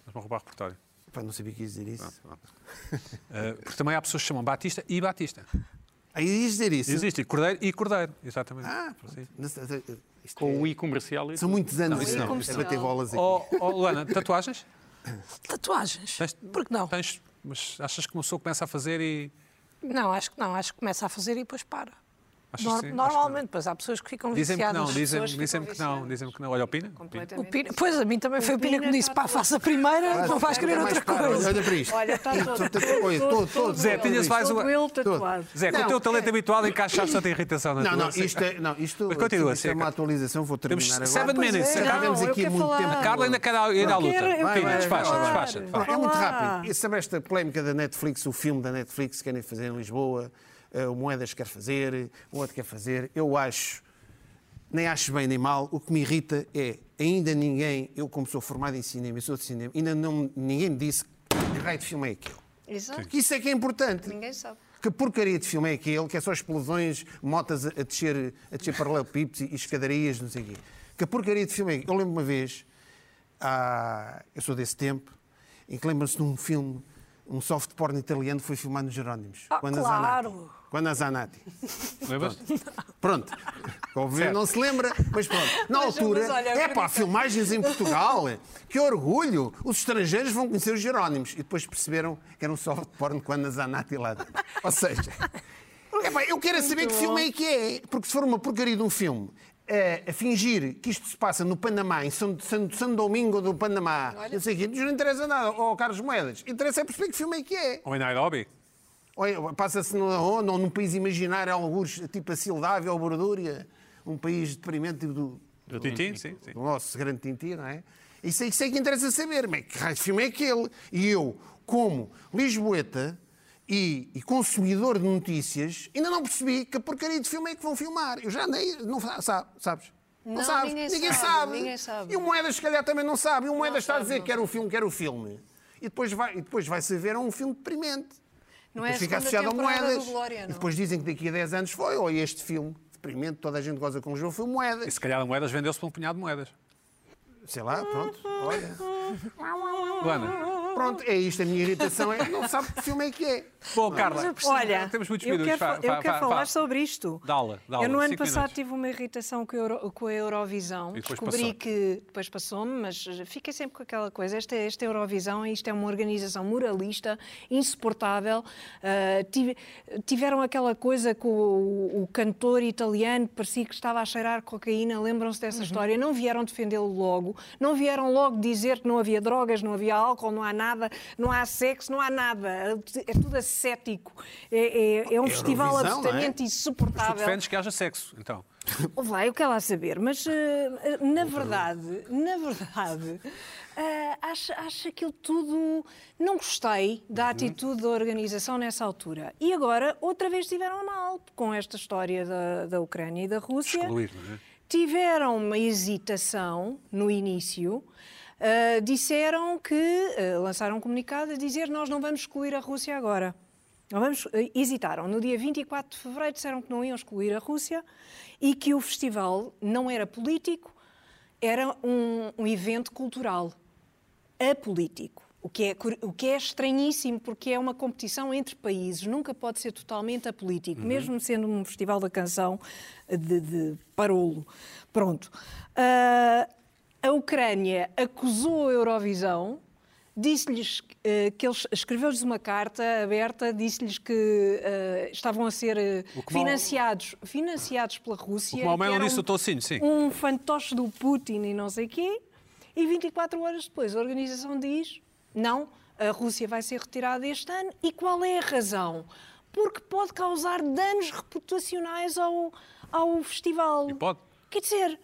S1: Estás-me a roubar repertório.
S2: Pá, não sabia que ia dizer isso.
S1: Uh, porque também há pessoas que chamam Batista e Batista.
S2: Aí ia dizer isso.
S1: Existe Cordeiro e Cordeiro, exatamente.
S2: Ah, pronto.
S1: Sim.
S2: Não sei, isto
S4: Com o
S2: é-
S4: I comercial e
S2: São muitos anos
S1: isso não.
S2: a bater bolas aqui.
S1: Oh, oh, Luana, tatuagens?
S5: Tatuagens?
S1: Tens-
S5: Por que não?
S1: Tens, mas achas que uma pessoa começa a fazer e.
S5: Não, acho que não. Acho que começa a fazer e depois para.
S1: Achas
S5: Nor-
S1: que sim?
S5: normalmente, pois há pessoas que ficam
S1: Acho que não. Dizem-me que
S5: viciadas.
S1: não, dizem-me
S3: pessoas ficam
S1: dizem que não,
S3: viciadas.
S1: dizem-me que não. Olha, opina?
S5: O
S3: Completamente.
S5: Pina- pois a mim também foi o Pina tá que me disse: pá, faça primeiro, não vais querer
S2: Mas
S5: outra
S2: para,
S5: coisa.
S2: Olha para isto.
S3: Olha, está
S2: Ih,
S3: todo,
S2: tô- tô-
S3: todo-
S2: olha,
S3: todo-
S2: todo-
S3: todo-
S1: Zé,
S3: todo-
S1: tinhas mais
S3: todo
S1: uma-
S3: ele tatuado.
S1: Zé, com o
S2: Não. é.
S1: teu talento habitual encaixaste tanta irritação na
S2: Não,
S1: tua
S2: não,
S1: Sim.
S2: isto é, não, isto,
S1: Mas continua,
S2: isto é
S1: Seca.
S2: uma atualização, vou terminar
S1: Temos
S2: agora.
S1: seven
S2: Pois
S1: minutes,
S2: é,
S1: Seca.
S2: já
S1: Não,
S2: tivemos
S3: eu
S2: aqui
S3: quero
S2: muito
S3: falar.
S2: tempo.
S1: A Carla ainda quer ir à luta.
S3: quero- eu
S1: Pina,
S2: quero
S1: Um despacha,
S2: falar.
S1: despacha.
S2: Não,
S1: despacha.
S2: é
S3: Vá
S2: muito
S3: lá.
S2: rápido. E sobre esta polémica da Netflix, o filme da Netflix que querem fazer em Lisboa, eh, o Moedas quer fazer, o outro quer fazer, eu acho, nem acho bem nem mal, o que me irrita é ainda ninguém, eu como sou formado em cinema, eu sou de cinema, ainda não, ninguém me disse que raio de filme é aquele.
S3: Exato.
S2: Que isso é que é importante.
S3: Ninguém sabe.
S2: Que porcaria de filme é aquele que é só explosões, motas a, a descer, a descer paralelepípedos e escadarias, não sei o quê. Que porcaria de filme é Eu lembro uma vez, há- eu sou desse tempo, em que lembram-se de um filme, um soft porno italiano que foi filmado nos Jerónimos.
S5: Ah,
S2: a Zanatti.
S5: claro.
S2: Quando a Zanatti.
S1: Lembras?
S2: Pronto. Obviamente não se lembra, mas pronto. Na
S3: Mas,
S2: altura,
S3: mas olha, eu
S2: é pá,
S3: acredito.
S2: filmagens em Portugal, que orgulho! Os estrangeiros vão conhecer os Jerónimos. E depois perceberam que era um soft porno com a Ana Zanatti lá dentro. Ou seja, é pá, eu quero é saber que filme é que é, porque se for uma porcaria de um filme. eh, A, fingir que isto se passa no Panamá, em São, São, São Domingo do Panamá, não sei o quê, não interessa nada, ou Carlos Moedas, interessa é perceber que filme é que é.
S1: Ou em Nairobi?
S2: Ou é- Passa-se na ONU ou num país imaginário, alguns, tipo a Sildávia ou Bordúria, um país deprimente tipo do,
S1: Do Tintin? Sim, sim.
S2: do nosso grande Tintin, não é? Isso é, isso é que interessa saber, mas que raio de filme é aquele? E eu, como Lisboeta e, e consumidor de notícias, ainda não percebi que porcaria de filme é que vão filmar. Eu já andei, não sa- sa- sabes? Não,
S3: Não,
S2: sabes?
S3: ninguém sabe, ninguém sabe.
S2: E o Moedas, se calhar, também não sabe. E o Moedas está a
S3: sabe,
S2: dizer
S3: não
S2: que era o filme, que era o filme. E depois vai- e depois vai-se ver a um filme deprimente.
S3: Não é a
S2: Depois fica
S3: segunda
S2: associado a
S3: temporada
S2: moedas.
S3: do Glória,
S2: E
S3: não.
S2: depois dizem que daqui a 10 anos foi, ou este filme, deprimente, toda a gente goza com o jogo, foi
S1: E
S2: moedas.
S1: se calhar a moedas vendeu-se por um punhado de moedas.
S2: Sei lá, pronto, olha.
S1: Luana.
S2: Pronto, é isto, a minha irritação é que não sabe que filme é que é.
S1: Bom, Carla.
S3: Olha,
S1: temos muitos
S3: eu
S1: minutos.
S3: quero,
S1: Vá,
S3: fa- eu
S1: vá,
S3: quero
S1: vá,
S3: falar
S1: vá.
S3: sobre isto.
S1: Dá-la, dá-la,
S3: Eu no ano
S1: cinco
S3: passado
S1: minutos.
S3: tive uma irritação com, a Euro- com a Eurovisão.
S1: E depois
S3: Descobri
S1: passou.
S3: que depois passou-me, mas fiquei sempre com aquela coisa. Esta, é, esta Eurovisão, isto é uma organização moralista, insuportável. Ah, tive- tiveram aquela coisa com o, o cantor italiano, parecia que estava a cheirar cocaína. Lembram-se
S2: Uhum.
S3: dessa história? Não vieram defendê-lo logo, não vieram logo dizer que não havia drogas, não havia álcool, não há nada, não há sexo, não há nada. É tudo ascético. É, é- é um festival
S2: Eurovisão, não é?
S3: absolutamente
S1: Mas tu
S3: insuportável.
S1: defendes que haja sexo, então.
S3: Ouve lá, eu quero lá saber, mas eh, eh, na verdade, na verdade, eh, acho, acho aquilo tudo. Não gostei da atitude da organização nessa altura. E agora, outra vez, tiveram mal com esta história da, da Ucrânia e da Rússia.
S1: Excluir, não é?
S3: Tiveram uma hesitação no início. eh, disseram que, eh, lançaram um comunicado a dizer nós não vamos excluir a Rússia agora. Não vamos, eh, hesitaram. No dia 24 de fevereiro disseram que não iam excluir a Rússia e que o festival não era político, era um, um evento cultural, apolítico. O que, é, cur- o que é estranhíssimo, porque é uma competição entre países, nunca pode ser totalmente apolítico,
S1: Uhum.
S3: mesmo sendo um festival da canção de, de parolo. Pronto. Ah, a Ucrânia acusou a Eurovisão, disse-lhes eh, que eles escreveu-lhes uma carta aberta, disse-lhes que eh, estavam a ser eh,
S1: O que mal-
S3: financiados, financiados pela Rússia.
S1: O que mal
S3: que
S1: menos
S3: era
S1: disse o Tocinho, sim.
S3: Um fantoche do Putin e não sei quê. E 24 horas depois a organização diz: não, a Rússia vai ser retirada este ano. E qual é a razão? Porque pode causar danos reputacionais ao, ao festival.
S1: E pode.
S3: Quer dizer,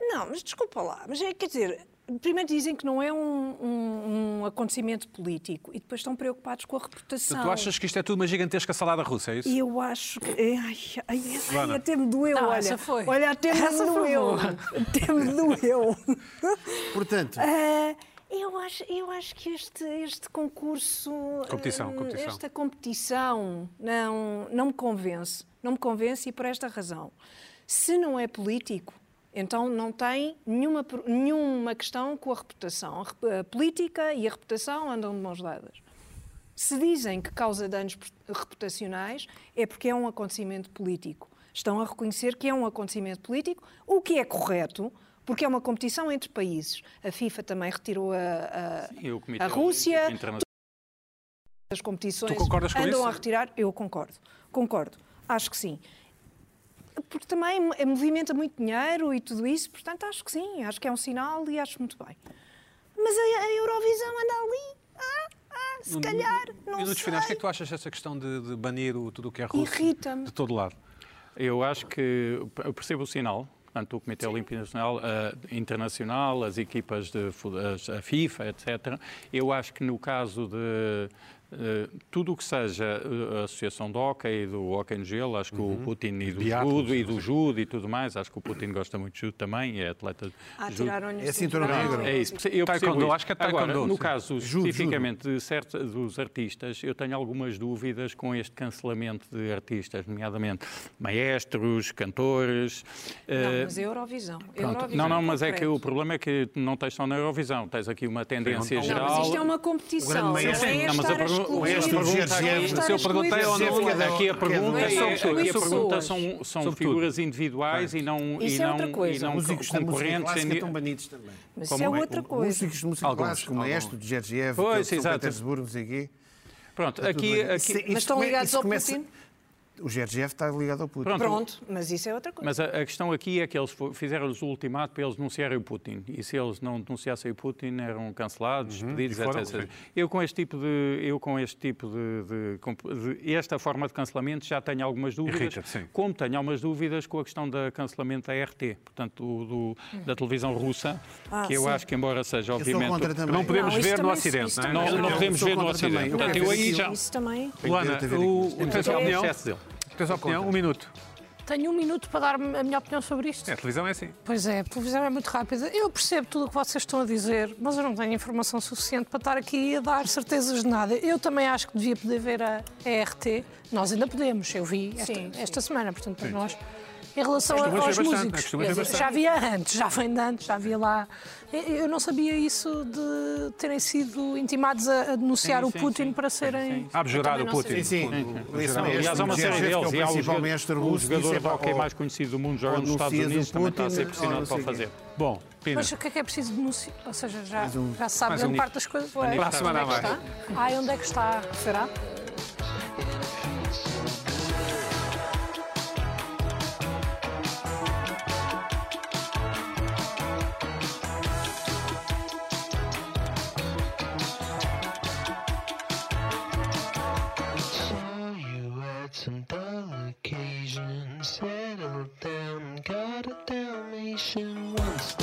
S3: não, mas desculpa lá, mas é, quer dizer, primeiro dizem que não é um, um- um acontecimento político e depois estão preocupados com a reputação.
S1: Portanto, Tu achas que isto é tudo uma gigantesca salada russa, é isso?
S3: E eu acho que. Ai, ai, ai,
S1: Joana.
S3: até me doeu,
S5: Não,
S3: olha.
S5: essa foi.
S3: Olha, até me
S5: Essa foi
S3: doeu.
S5: boa.
S3: Até me doeu.
S2: Portanto,
S3: Ah, eu, acho, eu acho que este, este concurso.
S1: Competição,
S3: hum,
S1: competição.
S3: Esta competição não, não me convence. Não me convence e por esta razão. Se não é político, então não tem nenhuma, pro- nenhuma questão com a reputação. A rep- A política e a reputação andam de mãos dadas. Se dizem que causa danos per- reputacionais, é porque é um acontecimento político. Estão a reconhecer que é um acontecimento político, o que é correto, porque é uma competição entre países. A FIFA também retirou a, a-
S4: E o Comitê
S3: a Rússia,
S4: Olímpico um Internacional-
S3: as competições
S1: Tu concordas com
S3: andam
S1: isso?
S3: a retirar. Eu concordo, concordo, acho que sim. Porque também mo- movimenta muito dinheiro e tudo isso, portanto acho que sim, acho que é um sinal e acho muito bem. Mas a, a Eurovisão anda ali, ah, ah, se calhar, não
S1: Minutos
S3: sei.
S1: finais, o que é que tu achas dessa questão de, de banir o, tudo o que é russo
S3: Irrita-me.
S1: de todo lado?
S4: Eu acho que eu percebo o sinal. Portanto, o Comitê Olímpico Nacional, eh, Internacional, as equipas de fu- as- a FIFA, etc. Eu acho que no caso de eh, tudo o que seja eh, a Associação do Hockey e do Hockey no Gelo, acho que o Putin e do
S1: Biatlos,
S4: judo e
S1: não
S4: do judo e tudo mais, acho que o Putin gosta muito de judo também, é atleta de
S3: Ah,
S4: judo.
S3: tiraram-lhe
S2: É
S3: o
S2: cinturão
S3: cinturão.
S2: negro.
S4: É isso, eu percebo
S1: Taekwondo,
S4: isso.
S1: acho que é taekwondo,
S4: Agora, no
S1: sim.
S4: caso
S2: Judo,
S4: especificamente de certo, dos artistas, eu tenho algumas dúvidas com este cancelamento de artistas, nomeadamente maestros, cantores.
S3: Não,
S4: eh,
S5: é
S3: mas a Eurovisão.
S4: pronto.
S3: Eurovisão
S4: não, não, mas é que
S3: concreto.
S4: o problema é que não tens só na Eurovisão, tens aqui uma tendência
S1: Não,
S3: Não,
S4: geral.
S3: mas isto é uma competição. Não é
S2: maestro-
S4: Sim,
S3: estar
S4: não, mas
S3: a
S4: a pergunta-
S3: excluir.
S4: a
S2: Este
S4: pergunta
S2: Jorge
S4: aqui-
S2: Jeff-
S1: se eu perguntei ou não,
S2: Jeff-
S4: aqui a pergunta,
S2: Cada
S4: é,
S3: um-
S4: aqui a
S3: Cada um-
S4: pergunta
S3: pessoas.
S4: são, são
S1: Sobretudo.
S4: figuras individuais e não, e
S3: Isso é
S4: não,
S3: outra coisa.
S4: e não
S2: músicos da música
S4: concorrentes.
S2: clássica
S4: em-
S2: estão banidos também.
S3: Mas
S4: Como
S3: isso é
S4: é?
S3: outra coisa.
S2: Músicos de música
S1: Alguns,
S2: clássica, como
S1: alguns.
S2: este, de Gergiev,
S4: Pois,
S2: que é de São
S4: exato.
S2: Petersburgo, não sei o quê.
S4: Pronto, aqui,
S2: Isso-
S4: aqui,
S2: isso
S3: Mas estão
S2: come-
S3: ligados
S2: isso
S3: ao
S2: começa-
S3: Putin?
S2: O Gergiev está ligado ao Putin.
S4: Pronto.
S3: Pronto, mas isso é outra coisa.
S4: Mas a, a questão aqui é que eles fo- fizeram-lhes o ultimato para eles denunciarem o Putin. E se eles não denunciassem o Putin, eram cancelados, despedidos,
S1: Uhum. e foram,
S4: etc.
S1: sim.
S4: Eu com este tipo de... Eu com este tipo de, de comp- de- Esta forma de cancelamento já tenho algumas dúvidas.
S1: Irrita-te, sim.
S4: Como tenho algumas dúvidas com a questão do cancelamento da RT, portanto, do- do- da televisão russa,
S3: Uhum. Ah,
S4: que eu
S3: sim.
S4: acho que embora seja,
S2: Eu sou
S4: obviamente... é
S2: contra também.
S1: Não podemos
S5: Não, isso
S1: ver no
S5: também-
S1: Ocidente,
S5: isso
S1: não é?
S4: Não,
S2: Eu-
S4: não
S2: eu
S4: podemos
S2: sou
S4: ver no
S2: contra
S4: Ocidente.
S2: também. Eu
S4: Portanto,
S2: quero
S4: eu
S2: ver
S4: aí
S2: aquilo.
S4: já...
S3: Isso também.
S1: Luana,
S2: ter dito
S1: o,
S2: isto.
S1: o, tens a
S5: Mas é
S1: opinião?
S4: um excesso dele.
S1: Tens a opinião? Um minuto.
S5: Tenho um minuto para dar a minha opinião sobre isto.
S1: É, a televisão é assim.
S5: Pois é, a televisão é muito rápida. Eu percebo tudo o que vocês estão a dizer, mas eu não tenho informação suficiente para estar aqui a dar certezas de nada. Eu também acho que devia poder ver a ERT. Nós ainda podemos, eu vi esta,
S3: Sim, sim.
S5: esta semana, portanto, para nós. Em relação a,
S1: Costumas
S5: aos
S1: ver bastante, não é?
S5: músicos,
S1: Costumas ver
S5: eu- já havia antes, já vem de antes, já havia lá. Eu- Eu não sabia isso de terem sido intimados a, a denunciar
S4: Sim,
S5: o
S4: sim,
S5: Putin
S4: sim.
S5: para serem.
S4: Sim, sim.
S1: Abjurar o
S3: também não
S1: Putin.
S2: Sim, sim. Esse
S4: Não,
S2: mestre,
S4: aliás, há uma
S2: o
S4: série
S2: Gergiev,
S4: deles.
S2: que
S4: e
S2: é
S4: há um
S2: o principal
S4: jogador-
S2: mestre
S4: o
S2: russo. é
S4: jogador de
S2: disse, "Epá,
S4: hóquei
S2: ó,
S4: é mais conhecido do mundo joga
S2: ou
S4: nos Estados
S2: denuncias o
S4: Unidos, também está a ser
S2: Putin, ou não
S4: pressionado
S2: sei
S4: para
S2: o quê.
S4: fazer. Bom, Pina,
S5: Mas o que é que é preciso denunciar? Ou seja, já, já
S1: Mais
S5: sabe
S1: um
S5: grande
S1: nicho.
S5: parte das coisas. Ué,
S1: Para a semana a
S5: onde é que
S1: mais. um
S5: está? Ai, onde é que está? Será?
S7: simple occasion. Settle down, got a Dalmatian once.